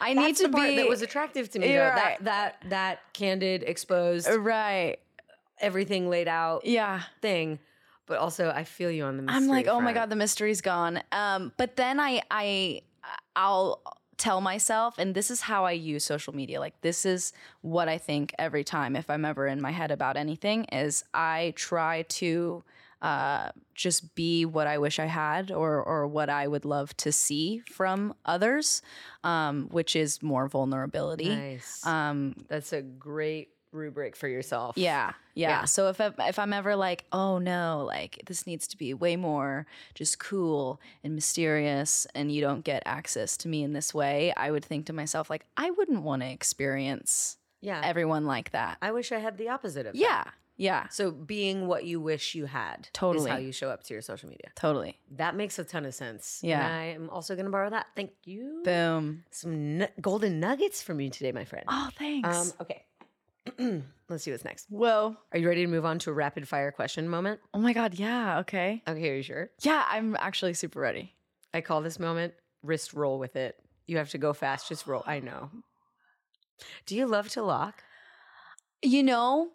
A: I
B: Oh. That's
A: need to
B: the part
A: be
B: that was attractive to me.
A: You're
B: though.
A: right. Er
B: That that that candid, exposed,
A: right.
B: everything laid out
A: Yeah,
B: thing. But also, I feel you on the. Mystery
A: I'm like, oh my god,
B: front.
A: the mystery's gone. Um, but then I I I'll tell myself, and this is how I use social media. Like this is what I think every time if I'm ever in my head about anything is I try to uh just be what I wish I had or or what I would love to see from others, um, which is more vulnerability.
B: Nice.
A: E?" Um,
B: That's a great rubric for yourself.
A: Yeah, yeah.
B: Yeah.
A: So if I- if I'm ever like, oh no, like this needs to be way more just cool and mysterious, and you don't get access to me in this way, I would think to myself like, I wouldn't want to experience
B: Yeah.
A: everyone like that.
B: I wish I had the opposite of.
A: Yeah, yeah,
B: That. So being what you wish you had is how
A: Totally.
B: you show up to your social media.
A: totally.
B: That makes a ton of sense.
A: Yeah.
B: And I am also going to borrow that. Thank you.
A: Boom.
B: Some nu- golden nuggets from you today, my friend.
A: Oh, thanks.
B: Um, okay. Let's see what's next.
A: Whoa.
B: Are you ready to move on to a rapid fire question moment?
A: Oh my God. Yeah. Okay.
B: Okay, are you sure?
A: Yeah, I'm actually super ready.
B: I call this moment wrist roll with it. You have to go fast, just roll. I know. Do you love to lock?
A: You know,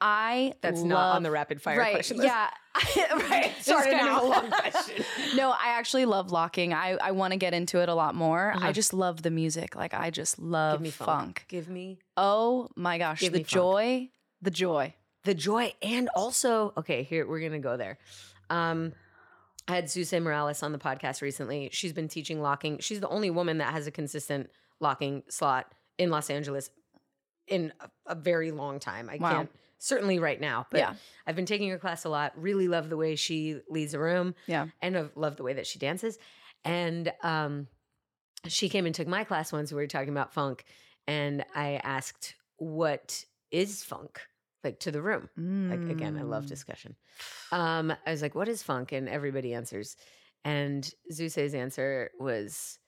A: I
B: That's not on
A: love-
B: the rapid fire
A: right,
B: question list.
A: Yeah. right.
B: It's
A: Sorry.
B: kind of
A: now.
B: a long question.
A: no, I actually love locking. I, I want to get into it a lot more.
B: Uh-huh.
A: I just love the music. Like I just love
B: Give me funk.
A: funk.
B: Give me
A: Oh my gosh,
B: Give
A: the
B: me funk.
A: joy, the joy.
B: the joy and also okay here we're gonna go there um i had Suse morales on the podcast recently she's been teaching locking she's the only woman that has a consistent locking slot in los angeles in a, a very long time i
A: Wow.
B: can't certainly right now but
A: Yeah.
B: i've been taking her class a lot really love the way she leads a room
A: Yeah.
B: and i love the way that she dances and um she came and took my class once. We were talking about funk, and I asked, "What is funk?" Like to the room. Like again, I love
A: Mm.
B: discussion. Um, I was like, "What is funk?" And everybody answers, and Zuse's answer was,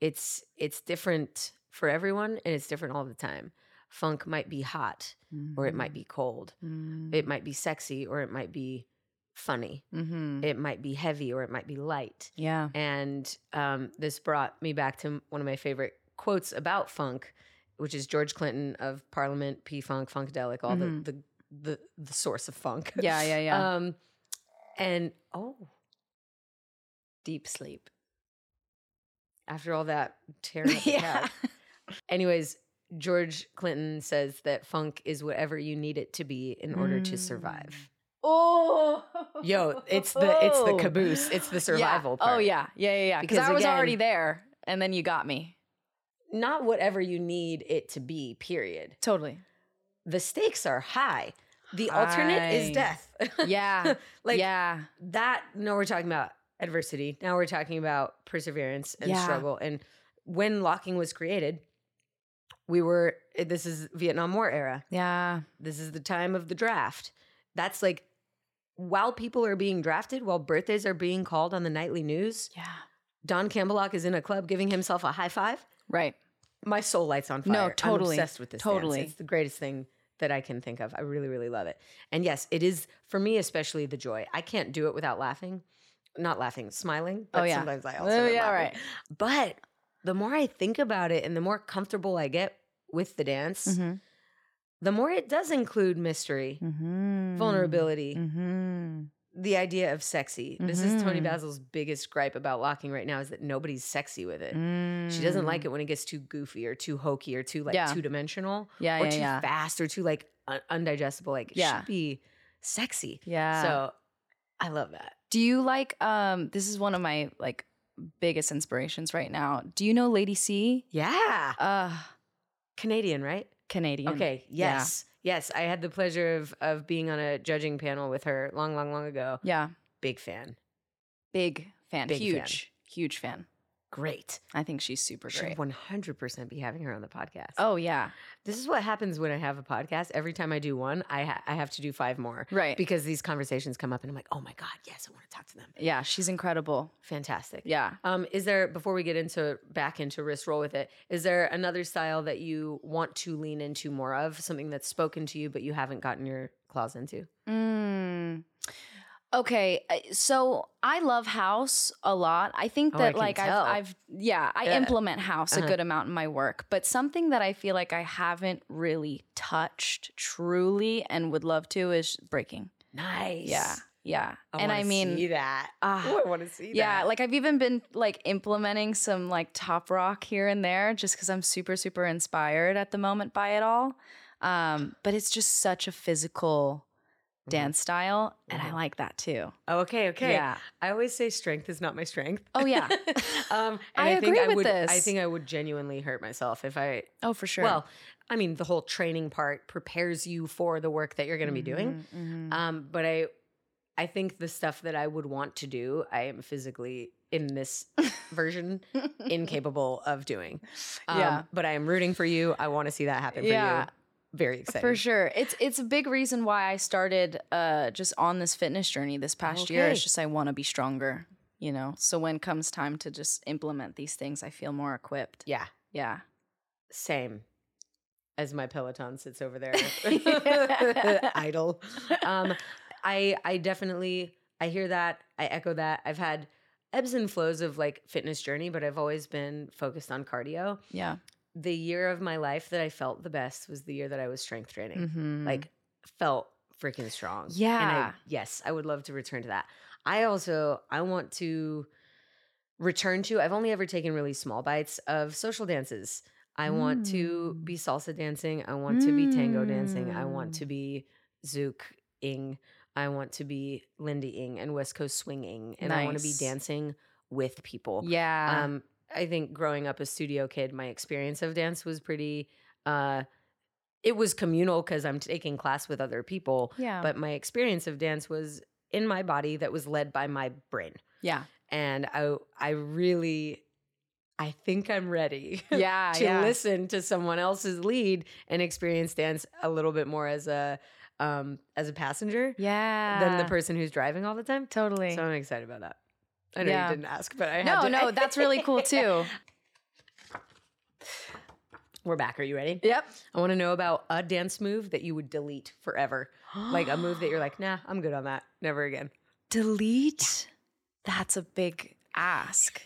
B: "It's it's different for everyone, and it's different all the time. Funk might be hot, or it might be cold.
A: Mm.
B: It might be sexy, or it might be funny.
A: Mhm.
B: It might be heavy, or it might be light."
A: Yeah.
B: And um, this brought me back to one of my favorite quotes about funk, which is George Clinton of Parliament, P Funk, Funkadelic, all
A: Mhm.
B: the, the the the source of funk.
A: Yeah. Yeah. Yeah.
B: Um, and oh,
A: Deep sleep.
B: after all that tearing up the couch. Anyways, George Clinton says that funk is whatever you need it to be in order to
A: Mm.
B: survive.
A: Oh,
B: Yo, it's the it's the caboose. It's the survival
A: Yeah. Oh
B: part.
A: yeah, yeah, yeah, yeah. Because
B: Because
A: I was
B: again-
A: already there, and then you got me
B: Not whatever you need it to be, period.
A: totally.
B: The stakes are high. The alternate
A: High.
B: is death.
A: Yeah,
B: like
A: yeah,
B: that no we're talking about adversity now we're talking about perseverance and
A: Yeah.
B: struggle and when locking was created we were eh, this is vietnam war era
A: yeah.
B: this is the time of the draft that's like while people are being drafted while birthdays are being called on the nightly news
A: Yeah.
B: don campbellock is in a club giving himself a high five
A: Right.
B: my soul lights on fire.
A: No, totally.
B: I'm obsessed with this. dance.
A: Totally.
B: It's the greatest thing that I can think of. I really, really love it. And yes, it is for me especially the joy. I can't do it without laughing. Not laughing, smiling. But
A: Oh, yeah.
B: sometimes I also
A: Oh,
B: am
A: yeah,
B: laughing. But the more I think about it and the more comfortable I get with the dance,
A: Mm-hmm.
B: the more it does include mystery,
A: Mm-hmm.
B: vulnerability,
A: Mm-hmm.
B: the idea of sexy. This is Tony
A: Mhm.
B: Basil's biggest gripe about locking right now is that nobody's sexy with it. She doesn't like it when it gets too goofy or too hokey or too like
A: Mm. Yeah.
B: two dimensional
A: Yeah,
B: or
A: yeah,
B: too
A: yeah.
B: fast or too like un- undigestible. Like it
A: Yeah.
B: should be sexy.
A: Yeah.
B: So I love that.
A: Do you like um this is one of my like biggest inspirations right now. Do you know Lady C?
B: Yeah.
A: Uh
B: Canadian, right?
A: Canadian.
B: Okay.
A: Yeah.
B: Yes. Yes. I had the pleasure of of being on a judging panel with her long, long, long ago.
A: Yeah.
B: Big fan.
A: Big fan.
B: Big fan.
A: huge. Huge fan.
B: Great.
A: I think she's super great.
B: Should 100% be having her on the podcast.
A: Oh yeah.
B: This is what happens when I have a podcast. Every time I do one, I ha- I have to do five more
A: Right.
B: because these conversations come up and I'm like, "Oh my god, yes, I want to talk to them."
A: yeah, she's incredible.
B: Fantastic.
A: Yeah.
B: Um, is there before we get into back into wrist roll with it? Is there another style that you want to lean into more of? Something that's spoken to you but you haven't gotten your claws into?
A: Mm. Okay, uh, so I love house a lot. I think
B: Oh, I
A: that
B: can
A: like I've,
B: tell.
A: I've yeah, I
B: Yeah.
A: implement house
B: Uh-huh.
A: a good amount in my work, but something that I feel like I haven't really touched truly and would love to is breaking.
B: Nice.
A: Yeah, yeah, and
B: wanna
A: I mean,
B: see that.
A: ah,
B: Oh, I want to see
A: yeah,
B: that.
A: like I've even been like implementing some like top rock here and there just because I'm super, super inspired at the moment by it all. Um, but it's just such a physical
B: Mhm.
A: dance style, and I
B: Mhm.
A: like that too.
B: Oh, okay, okay.
A: Yeah.
B: I always say strength is not my strength.
A: Oh yeah.
B: um, and
A: I
B: I, think
A: agree
B: I
A: with
B: would,
A: this.
B: I think I would genuinely hurt myself if I
A: oh for sure.
B: Well, I mean, the whole training part prepares you for the work that you're going to be doing.
A: Mhm, mhm.
B: Um, but I, I think the stuff that I would want to do, I am physically in this version incapable of doing. Um,
A: Yeah.
B: But I am rooting for you. I want to see that happen for
A: Yeah.
B: you. Very excited.
A: for sure. It's it's a big reason why I started uh just on this fitness journey this past year.
B: Okay.
A: It's just I want to be stronger, you know. So when comes time to just implement these things, I feel more equipped.
B: Yeah.
A: Yeah.
B: Same. As my Peloton sits over there, idle. Um, I I definitely I hear that. I echo that. I've had ebbs and flows of like fitness journey, but I've always been focused on cardio.
A: Yeah.
B: The year of my life that I felt the best was the year that I was strength training.
A: Mhm.
B: Like felt freaking strong. And I,
A: Yeah.
B: yes, I would love to return to that. I also I want to return to I've only ever taken really small bites of social dances. I want to
A: Mm.
B: be salsa dancing. I want to be tango dancing. I want
A: Mm.
B: to be zouk ing. I want to be Lindy ing and West Coast swinging. And I want to be
A: Nice.
B: dancing with people.
A: yeah.
B: Um, I think growing up a studio kid, my experience of dance was pretty. Uh, it was communal because I'm taking class with other people,
A: yeah.
B: but my experience of dance was in my body that was led by my brain,
A: yeah.
B: and I I really, I think I'm ready.
A: Yeah.
B: to
A: yeah.
B: listen to someone else's lead and experience dance a little bit more as a um as a passenger
A: Yeah.
B: than the person who's driving all the time.
A: Totally.
B: So I'm excited about that. I know
A: Yeah.
B: you didn't ask, but I had
A: no,
B: to-
A: no, that's really cool too.
B: We're back. Are you ready?
A: yep.
B: I want to know about a dance move that you would delete forever. Like a move that you're like, nah, I'm good on that. Never again.
A: delete. That's a big ask.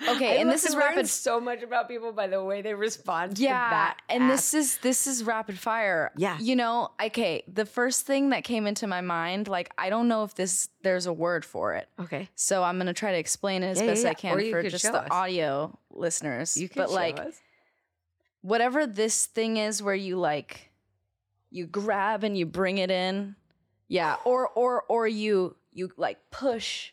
B: I
A: Okay, and
B: love
A: this
B: to
A: is
B: learn
A: rapid
B: so much about people by the way they respond to
A: yeah
B: that.
A: and
B: ask.
A: this is this is rapid fire
B: Yeah.
A: you know okay the first thing that came into my mind like i don't know if this there's a word for it
B: Okay.
A: so i'm gonna try to explain it as
B: Yeah, yeah,
A: best
B: yeah.
A: i can
B: Or you
A: for
B: could
A: just
B: show
A: the
B: us.
A: audio listeners, but like whatever this thing is where you like you grab and you bring it in. Yeah, or or or you you like push,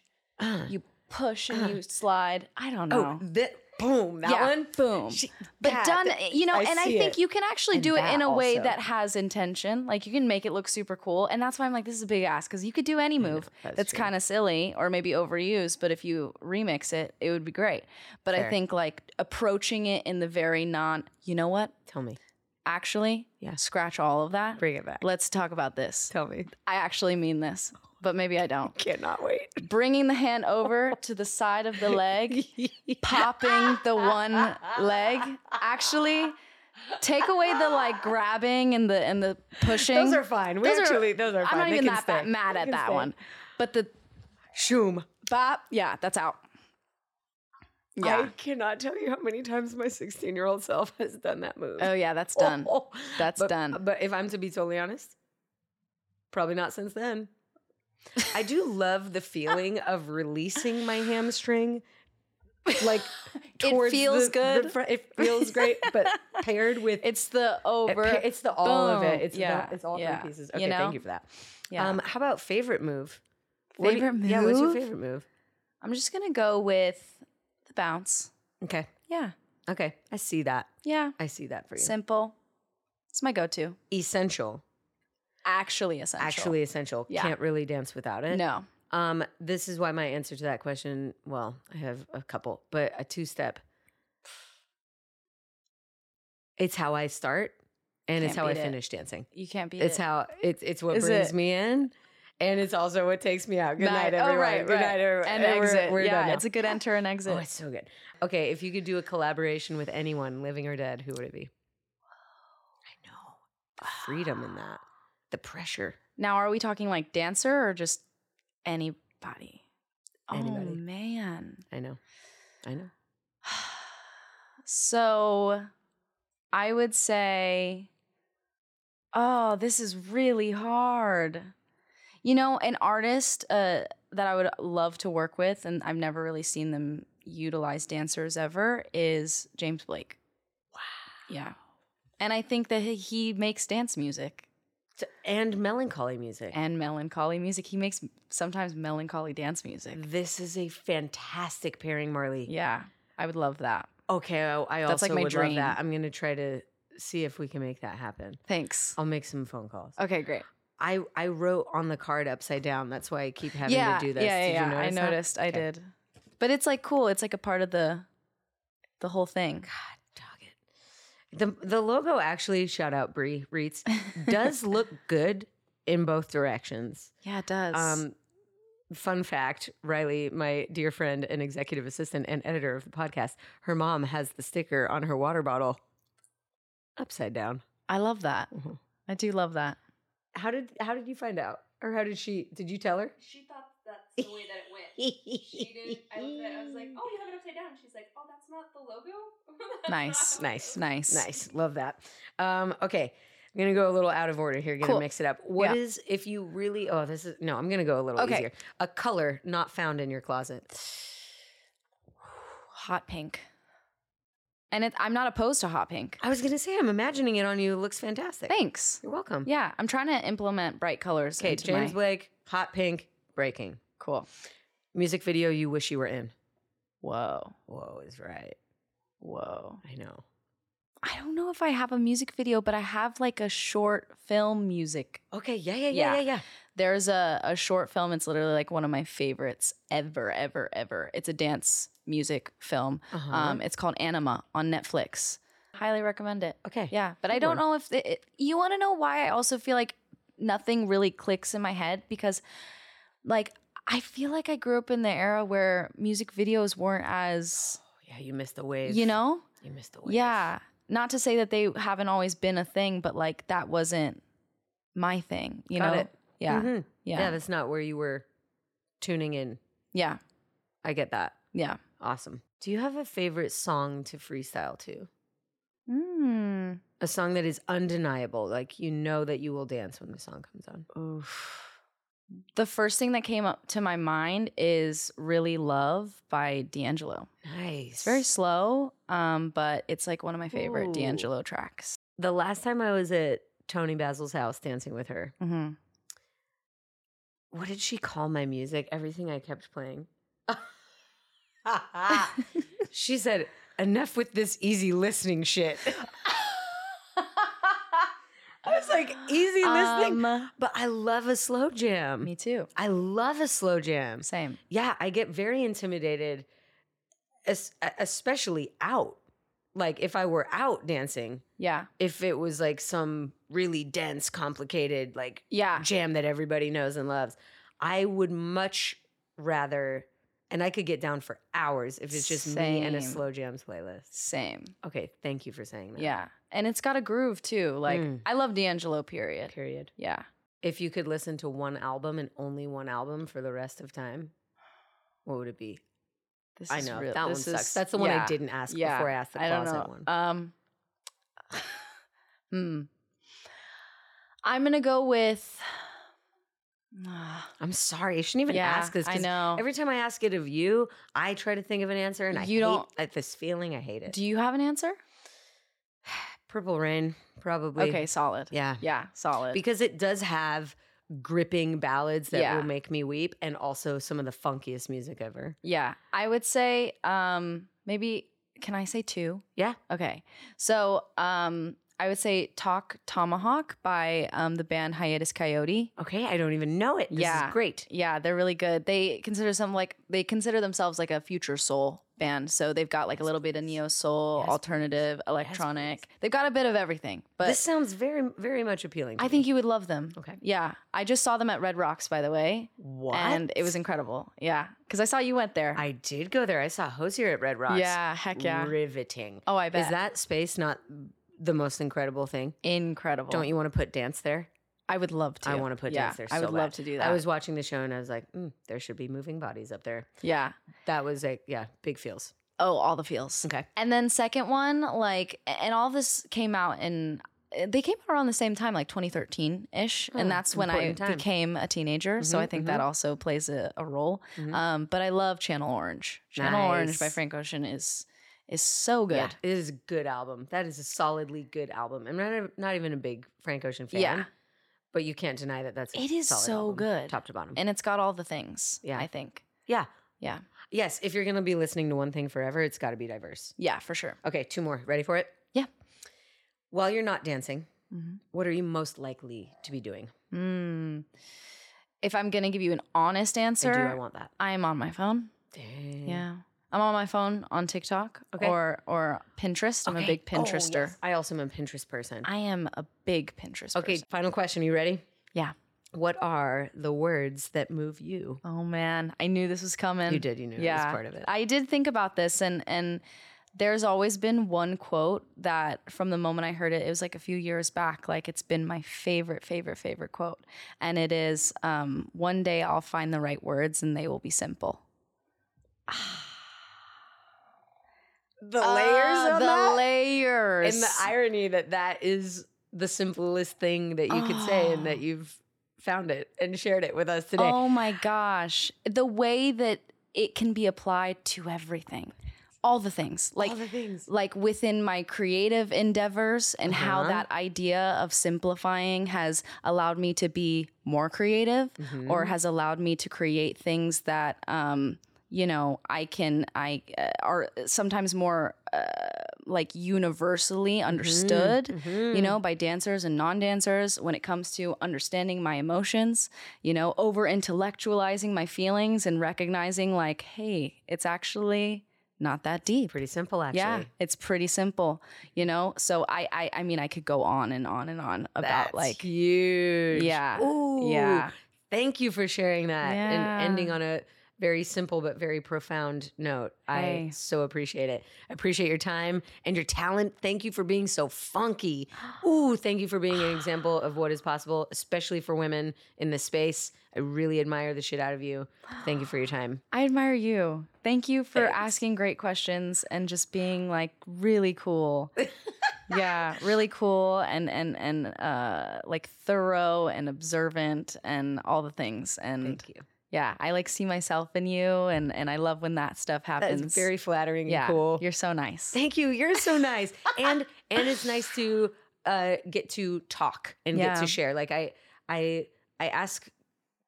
A: you push and you slide. I don't know.
B: uh, oh, thi- boom, that
A: yeah,
B: one.
A: boom.
B: She-
A: but
B: God,
A: done,
B: that-
A: you know,
C: I
A: and I
C: see
A: think
C: it.
A: you can actually
B: And
A: do it
B: that
A: in a way
B: also.
A: that has intention. Like you can make it look super cool, and that's why I'm like, this is a big ass because you could do any move
B: that's
A: that's,
B: true.
A: kind of silly or maybe overused, but if you remix it, it would be great. But I
B: Fair.
A: think like approaching it in the very non, you know what?
B: Tell me.
A: Actually,
B: Yeah.
A: scratch all of that.
B: Bring it back.
A: Let's talk about this.
B: Tell me.
A: I actually mean this, but maybe I don't.
C: Cannot wait.
A: Bringing the hand over to the side of the leg popping the one leg. Actually, take away the like grabbing and the and the pushing.
C: Those are fine. We
A: Those are-
C: actually, those are fine.
A: I'm not
C: They
A: even
C: can
A: that
C: stay.
A: bad, mad
C: They
A: at
C: can
A: that
C: stay.
A: one. But the
B: Shoom.
A: bop, yeah, that's out.
C: I
A: Yeah.
C: cannot tell you how many times my 16 year old self has done that move.
A: oh yeah, that's done. That's
B: but, um,
A: done.
B: But if I'm to be totally honest, probably not since then. I do love the feeling of releasing my hamstring. Like towards
A: feels
B: the- the
A: good.
B: fr- it feels great, but paired with
A: It's the
B: it
A: over.
B: pa- it's the all of
A: boom.
B: it. It's
A: Yeah,
B: that, it's all
A: yeah.
B: three pieces.
A: You
B: Okay,
A: know?
B: thank you for that.
A: yeah.
B: Um, how about favorite move? What do you-
A: Favorite
B: Yeah, what's your
A: move?
B: favorite move?
A: I'm just gonna go with the bounce.
B: Okay,
A: Yeah,
B: okay, I see that.
A: yeah.
B: I see that for you.
A: Simple. It's my go-to.
B: essential,
A: Actually, essential.
B: actually essential.
A: Yeah.
B: Can't really dance without it.
A: no.
B: Um, this is why my answer to that question. Well, I have a couple, but a two step. It's how I start, and it's
A: Can't
B: how I
A: beat it.
B: finish dancing.
A: You can't beat
B: It's
A: it.
B: how it's it's what
A: Is
B: brings
A: it-
B: me in, and it's also what takes me out. Good
A: Night.
B: night,
A: Oh,
B: everyone.
A: right,
B: Good
A: right.
B: night, everyone.
A: and
B: we're-
A: exit.
B: we're done
A: yeah,
B: now.
A: it's a good enter and exit.
B: Oh, it's so good. Okay, if you could do a collaboration with anyone, living or dead, who would it be? I know. The freedom in that. The pressure.
A: Now, are we talking like dancer or just anybody?
B: Anybody.
A: Oh man.
B: I know. I know.
A: So I would say, oh, this is really hard. You know, an artist uh, that I would love to work with, and I've never really seen them utilize dancers ever, is James Blake. Wow. Yeah. And I think that he- he makes dance music.
B: So- and melancholy music.
A: and melancholy music. He makes sometimes melancholy dance music.
B: this is a fantastic pairing, Marley.
A: Yeah, I would love that.
B: Okay, I, I
A: That's
B: also
A: like my
B: would love
A: dream.
B: that. I'm gonna try to see if we can make that happen.
A: Thanks.
B: I'll make some phone calls.
A: Okay, great.
B: I, I wrote on the card upside down. That's why I keep having
A: yeah,
B: to do this.
A: yeah,
B: Did
A: yeah.
B: you
A: yeah. I
B: notice that?
A: noticed. I
B: Okay.
A: did. But it's like cool. It's like a part of the the whole thing.
B: Dog it. The the logo actually, shout out Bree Reitz, does look good in both directions.
A: Yeah, it does.
B: Um, fun fact: Riley, my dear friend and executive assistant and editor of the podcast, her mom has the sticker on her water bottle upside down.
A: I love that.
B: Mhm.
A: I do love that.
B: How did how did you find out, or how did she? Did you tell her?
D: She thought that's the way that it went. She did. I looked at it. I was like, oh, you have it upside down. She's like, oh, that's not the logo. That's not
A: Nice.
D: the
B: Nice.
A: Nice.
B: Nice. Love that. Um, okay. I'm gonna go a little out of order here, gonna
A: Cool.
B: mix it up. What
A: Yeah.
B: is if you really oh this is no, I'm gonna go a little
A: Okay.
B: easier. A color not found in your closet.
A: Hot pink. And it, I'm not opposed to hot pink.
B: I was gonna say I'm imagining it on you. It looks fantastic.
A: Thanks.
B: You're welcome.
A: Yeah, I'm trying to implement bright colors.
B: Okay,
A: into
B: James
A: my-
B: Blake, hot pink, breaking.
A: Cool.
B: Music video you wish you were in.
A: Whoa.
B: Whoa is right.
A: Whoa.
B: I know.
A: I don't know if I have a music video, but I have like a short film music.
B: Okay, yeah, yeah, yeah, yeah,
A: Yeah.
B: yeah.
A: There's a, a short film. It's literally like one of my favorites ever, ever, ever. It's a dance music film.
B: Uh-huh.
A: Um, it's called Anima on Netflix. Highly recommend it.
B: okay.
A: Yeah, but I
B: Good
A: don't
B: one.
A: know if it, it- you want to know why I also feel like nothing really clicks in my head because, like, I feel like I grew up in the era where music videos weren't as,
B: Yeah, you missed the wave.
A: you know,
B: You missed the wave.
A: yeah. Not to say that they haven't always been a thing, but like that wasn't my thing, you
B: Got
A: know?
B: it.
A: Yeah.
B: Mhm.
A: Yeah.
B: yeah, that's not where you were tuning in.
A: yeah.
B: I get that.
A: Yeah.
B: Awesome. Do you have a favorite song to freestyle to?
A: Mm.
B: A song that is undeniable, like you know that you will dance when the song comes on.
A: Oof. the first thing that came up to my mind is Really Love by D'Angelo.
B: Nice.
A: It's very slow, um, but it's like one of my favorite
B: Ooh.
A: D'Angelo tracks.
B: the last time I was at Tony Basil's house dancing with her,
A: hmm
B: what did she call my music? Everything I kept playing. Ah. she said, "Enough with this easy listening shit." I was like, "Easy listening,"
A: Um,
B: but I love a slow jam.
A: me too.
B: I love a slow jam.
A: Same.
B: Yeah, I get very intimidated, es- e-, especially out. Like if I were out dancing,
A: Yeah.
B: if it was like some really dense, complicated, like
A: Yeah.
B: jam that everybody knows and loves. I would much rather, and I could get down for hours if it's just me and a
A: Same.
B: slow jams playlist.
A: Same.
B: Okay, thank you for saying that.
A: Yeah. And it's got a groove too. Like
B: Mm.
A: I love D'Angelo. Period.
B: Period.
A: Yeah.
B: If you could listen to one album and only one album for the rest of time, what would it be?
A: This
B: I
A: is
B: know
A: real-
B: that one
A: this
B: sucks.
A: is-
B: That's the one I
A: yeah.
B: didn't ask
A: Yeah.
B: before I asked the
A: I don't
B: closet
A: know.
B: one.
A: Um, hmm. I'm gonna go with. Ah,
B: I'm sorry, I shouldn't even
A: yeah,
B: ask this.
A: I
B: 'cause
A: know.
B: Every time I ask it of you, I try to think of an answer, and I
A: You
B: hate
A: don't-
B: like, this feeling. I hate it.
A: Do you have an answer?
B: Purple Rain, probably.
A: okay, solid. Yeah,
B: Yeah.
A: solid.
B: because it does have gripping ballads that
A: Yeah.
B: will make me weep and also some of the funkiest music ever.
A: yeah, I would say um, maybe. Can I say two?
B: Yeah.
A: Okay. So um, I would say "Talk Tomahawk" by um, the band Hiatus Coyote.
B: Okay, I don't even know it. This
A: Yeah.
B: is great.
A: Yeah, they're really good. They consider some like they consider themselves like a future soul band. So they've got like a
B: Yes,
A: little bit of
B: please.
A: neo soul,
B: Yes,
A: alternative, electronic. They've got a bit of everything. But
B: this sounds very very much appealing. To
A: I
B: me.
A: think you would love them.
B: Okay.
A: Yeah, I just saw them at Red Rocks, by the way,
B: What?
A: and it was incredible. Yeah, because I saw you went there.
B: I did go there. I saw Hosier at Red Rocks.
A: Yeah, heck yeah.
B: Riveting.
A: oh, I bet.
B: Is that space not the most incredible thing?
A: incredible?
B: Don't you want to put dance there?
A: I would love to.
B: I wanna put
A: yeah,
B: dance there
A: I
B: so
A: would love
B: bad.
A: to do that.
B: I was watching the show and I was like, mm, there should be moving bodies up there.
A: yeah.
B: That was like, yeah, big feels.
A: Oh, all the feels.
B: Okay.
A: And then second one, like, and all this came out in eh, they came out around the same time, like 2013 ish,
B: Hmm,
A: and that's when I
B: important time.
A: became a teenager. so
B: Mhm,
A: I think that also plays a, a role.
B: Mhm.
A: Um, but I love Channel Orange. Channel Orange by
B: Nice.
A: Frank Ocean is is so good.
B: Yeah, it is a good album. That is a solidly good album. I'm not a, not even a big Frank Ocean fan.
A: Yeah.
B: but you can't deny that that's a
A: It is
B: solid
A: so
B: album,
A: good.
B: top to bottom.
A: and it's got all the things.
B: Yeah.
A: I think.
B: yes, if you're gonna be listening to one thing forever, it's got to be diverse.
A: Yeah, for sure.
B: Okay, two more. Ready for it?
A: Yeah.
B: While you're not dancing,
A: Mhm.
B: what are you most likely to be doing?
A: Mm. If I'm gonna give you an honest answer,
B: And do I want that?
A: I'm on my phone.
B: Dang.
A: Yeah. I'm on my phone on TikTok
B: Okay.
A: or or Pinterest. I'm a
B: Okay.
A: big
B: Oh,
A: Pinterester.
B: yes. I also am a Pinterest person.
A: I am a big Pinterest.
B: okay,
A: person.
B: final question. You ready?
A: Yeah.
B: What are the words that move you?
A: Oh man, I knew this was coming.
B: you did. You knew it was part of it.
A: I did think about this and and there's always been one quote that from the moment I heard it, it was like a few years back, like it's been my favorite, favorite, favorite quote. And it is um, one day I'll find the right words and they will be simple.
C: The layers
A: Ah,
C: on
A: the
C: that,
A: layers.
B: and the irony that that is the simplest thing that you could say and that
A: Oh.
B: you've found it and shared it with us today
A: Oh my gosh. The way that it can be applied to everything. All the things. Like
B: all the things
A: like within my creative endeavors and how
B: Uh-huh.
A: that idea of simplifying has allowed me to be more creative
B: mm-hmm.
A: or has allowed me to create things that um you know i can i uh, are sometimes more uh, like universally understood
B: Mm-hmm.
A: you
B: Mm.
A: know by dancers and non-dancers when it comes to understanding my emotions you know over intellectualizing my feelings and recognizing like hey it's actually not that deep
B: pretty simple actually
A: yeah, it's pretty simple, you know. So I, I, I mean, I could go on and on and on about
B: That's
A: like,
B: huge
A: yeah,
B: Ooh,
A: yeah,
B: thank you for sharing that
A: Yeah.
B: and ending on a very simple but very profound note i
A: Hey.
B: so appreciate it I appreciate your time and your talent thank you for being so funky ooh thank you for being an example of what is possible especially for women in this space i really admire the shit out of you thank you for your time
A: I admire you. Thank you for
B: Thanks.
A: asking great questions and just being like really cool. yeah, really cool and and and uh, like thorough and observant and all the things. And
B: Thank you.
A: yeah, I like see myself in you, and and I love when that stuff
B: That
A: happens.
B: is very flattering
A: yeah,
B: and cool.
A: You're so nice.
B: Thank you. You're so nice. and and it's nice to uh get to talk and get
A: Yeah.
B: to share. Like I I I ask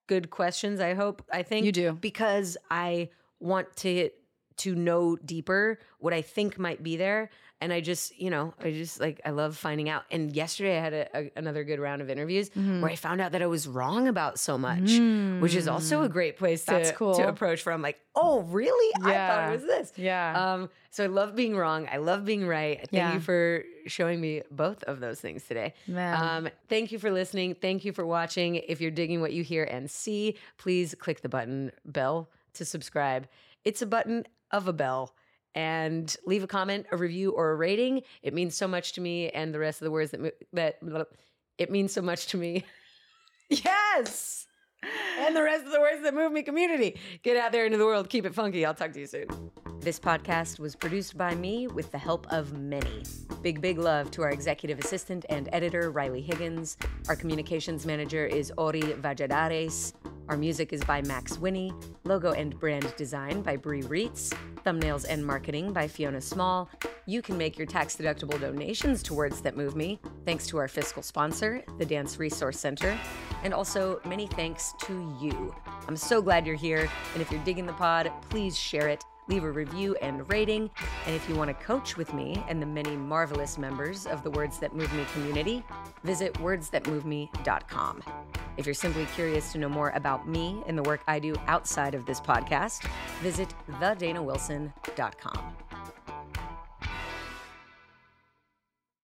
B: good questions, I hope. I think
A: You do.
B: because I want to to know deeper what I think might be there. And I just, you know, I just like I love finding out. And yesterday I had a, a, another good round of interviews
A: Mm-hmm. Mm.
B: where I found out that I was wrong about so much, which is also
A: Mm.
B: a great place to,
A: That's cool.
B: to approach from. Like, oh, really? I thought
A: Yeah.
B: it was this.
A: Yeah.
B: Um, so I love being wrong. I love being right. Thank
A: Yeah.
B: you for showing me both of those things today.
A: Man.
B: Um, thank you for listening. Thank you for watching. If you're digging what you hear and see, please click the button bell to subscribe. It's a button of a bell. And leave a comment, a review, or a rating. It means so much to me, and the rest of the words that mo- that it means so much to me. yes, and the rest of the words that move me. Community, get out there into the world, keep it funky. I'll talk to you soon. This podcast was produced by me with the help of many. Big, big love to our executive assistant and editor, Riley Higgins. Our communications manager is Ori Valladares. Our music is by Max Winnie. Logo and brand design by Bree Reitz. Thumbnails and marketing by Fiona Small. You can make your tax deductible donations to Words That Move Me, thanks to our fiscal sponsor, the Dance Resource Center. And also, many thanks to you. I'm so glad you're here. And if you're digging the pod, please share it leave a review and rating. And if you want to coach with me and the many marvelous members of the Words That Move Me community, visit wordsthatmoveme.com. If you're simply curious to know more about me and the work I do outside of this podcast, visit thedanawilson.com.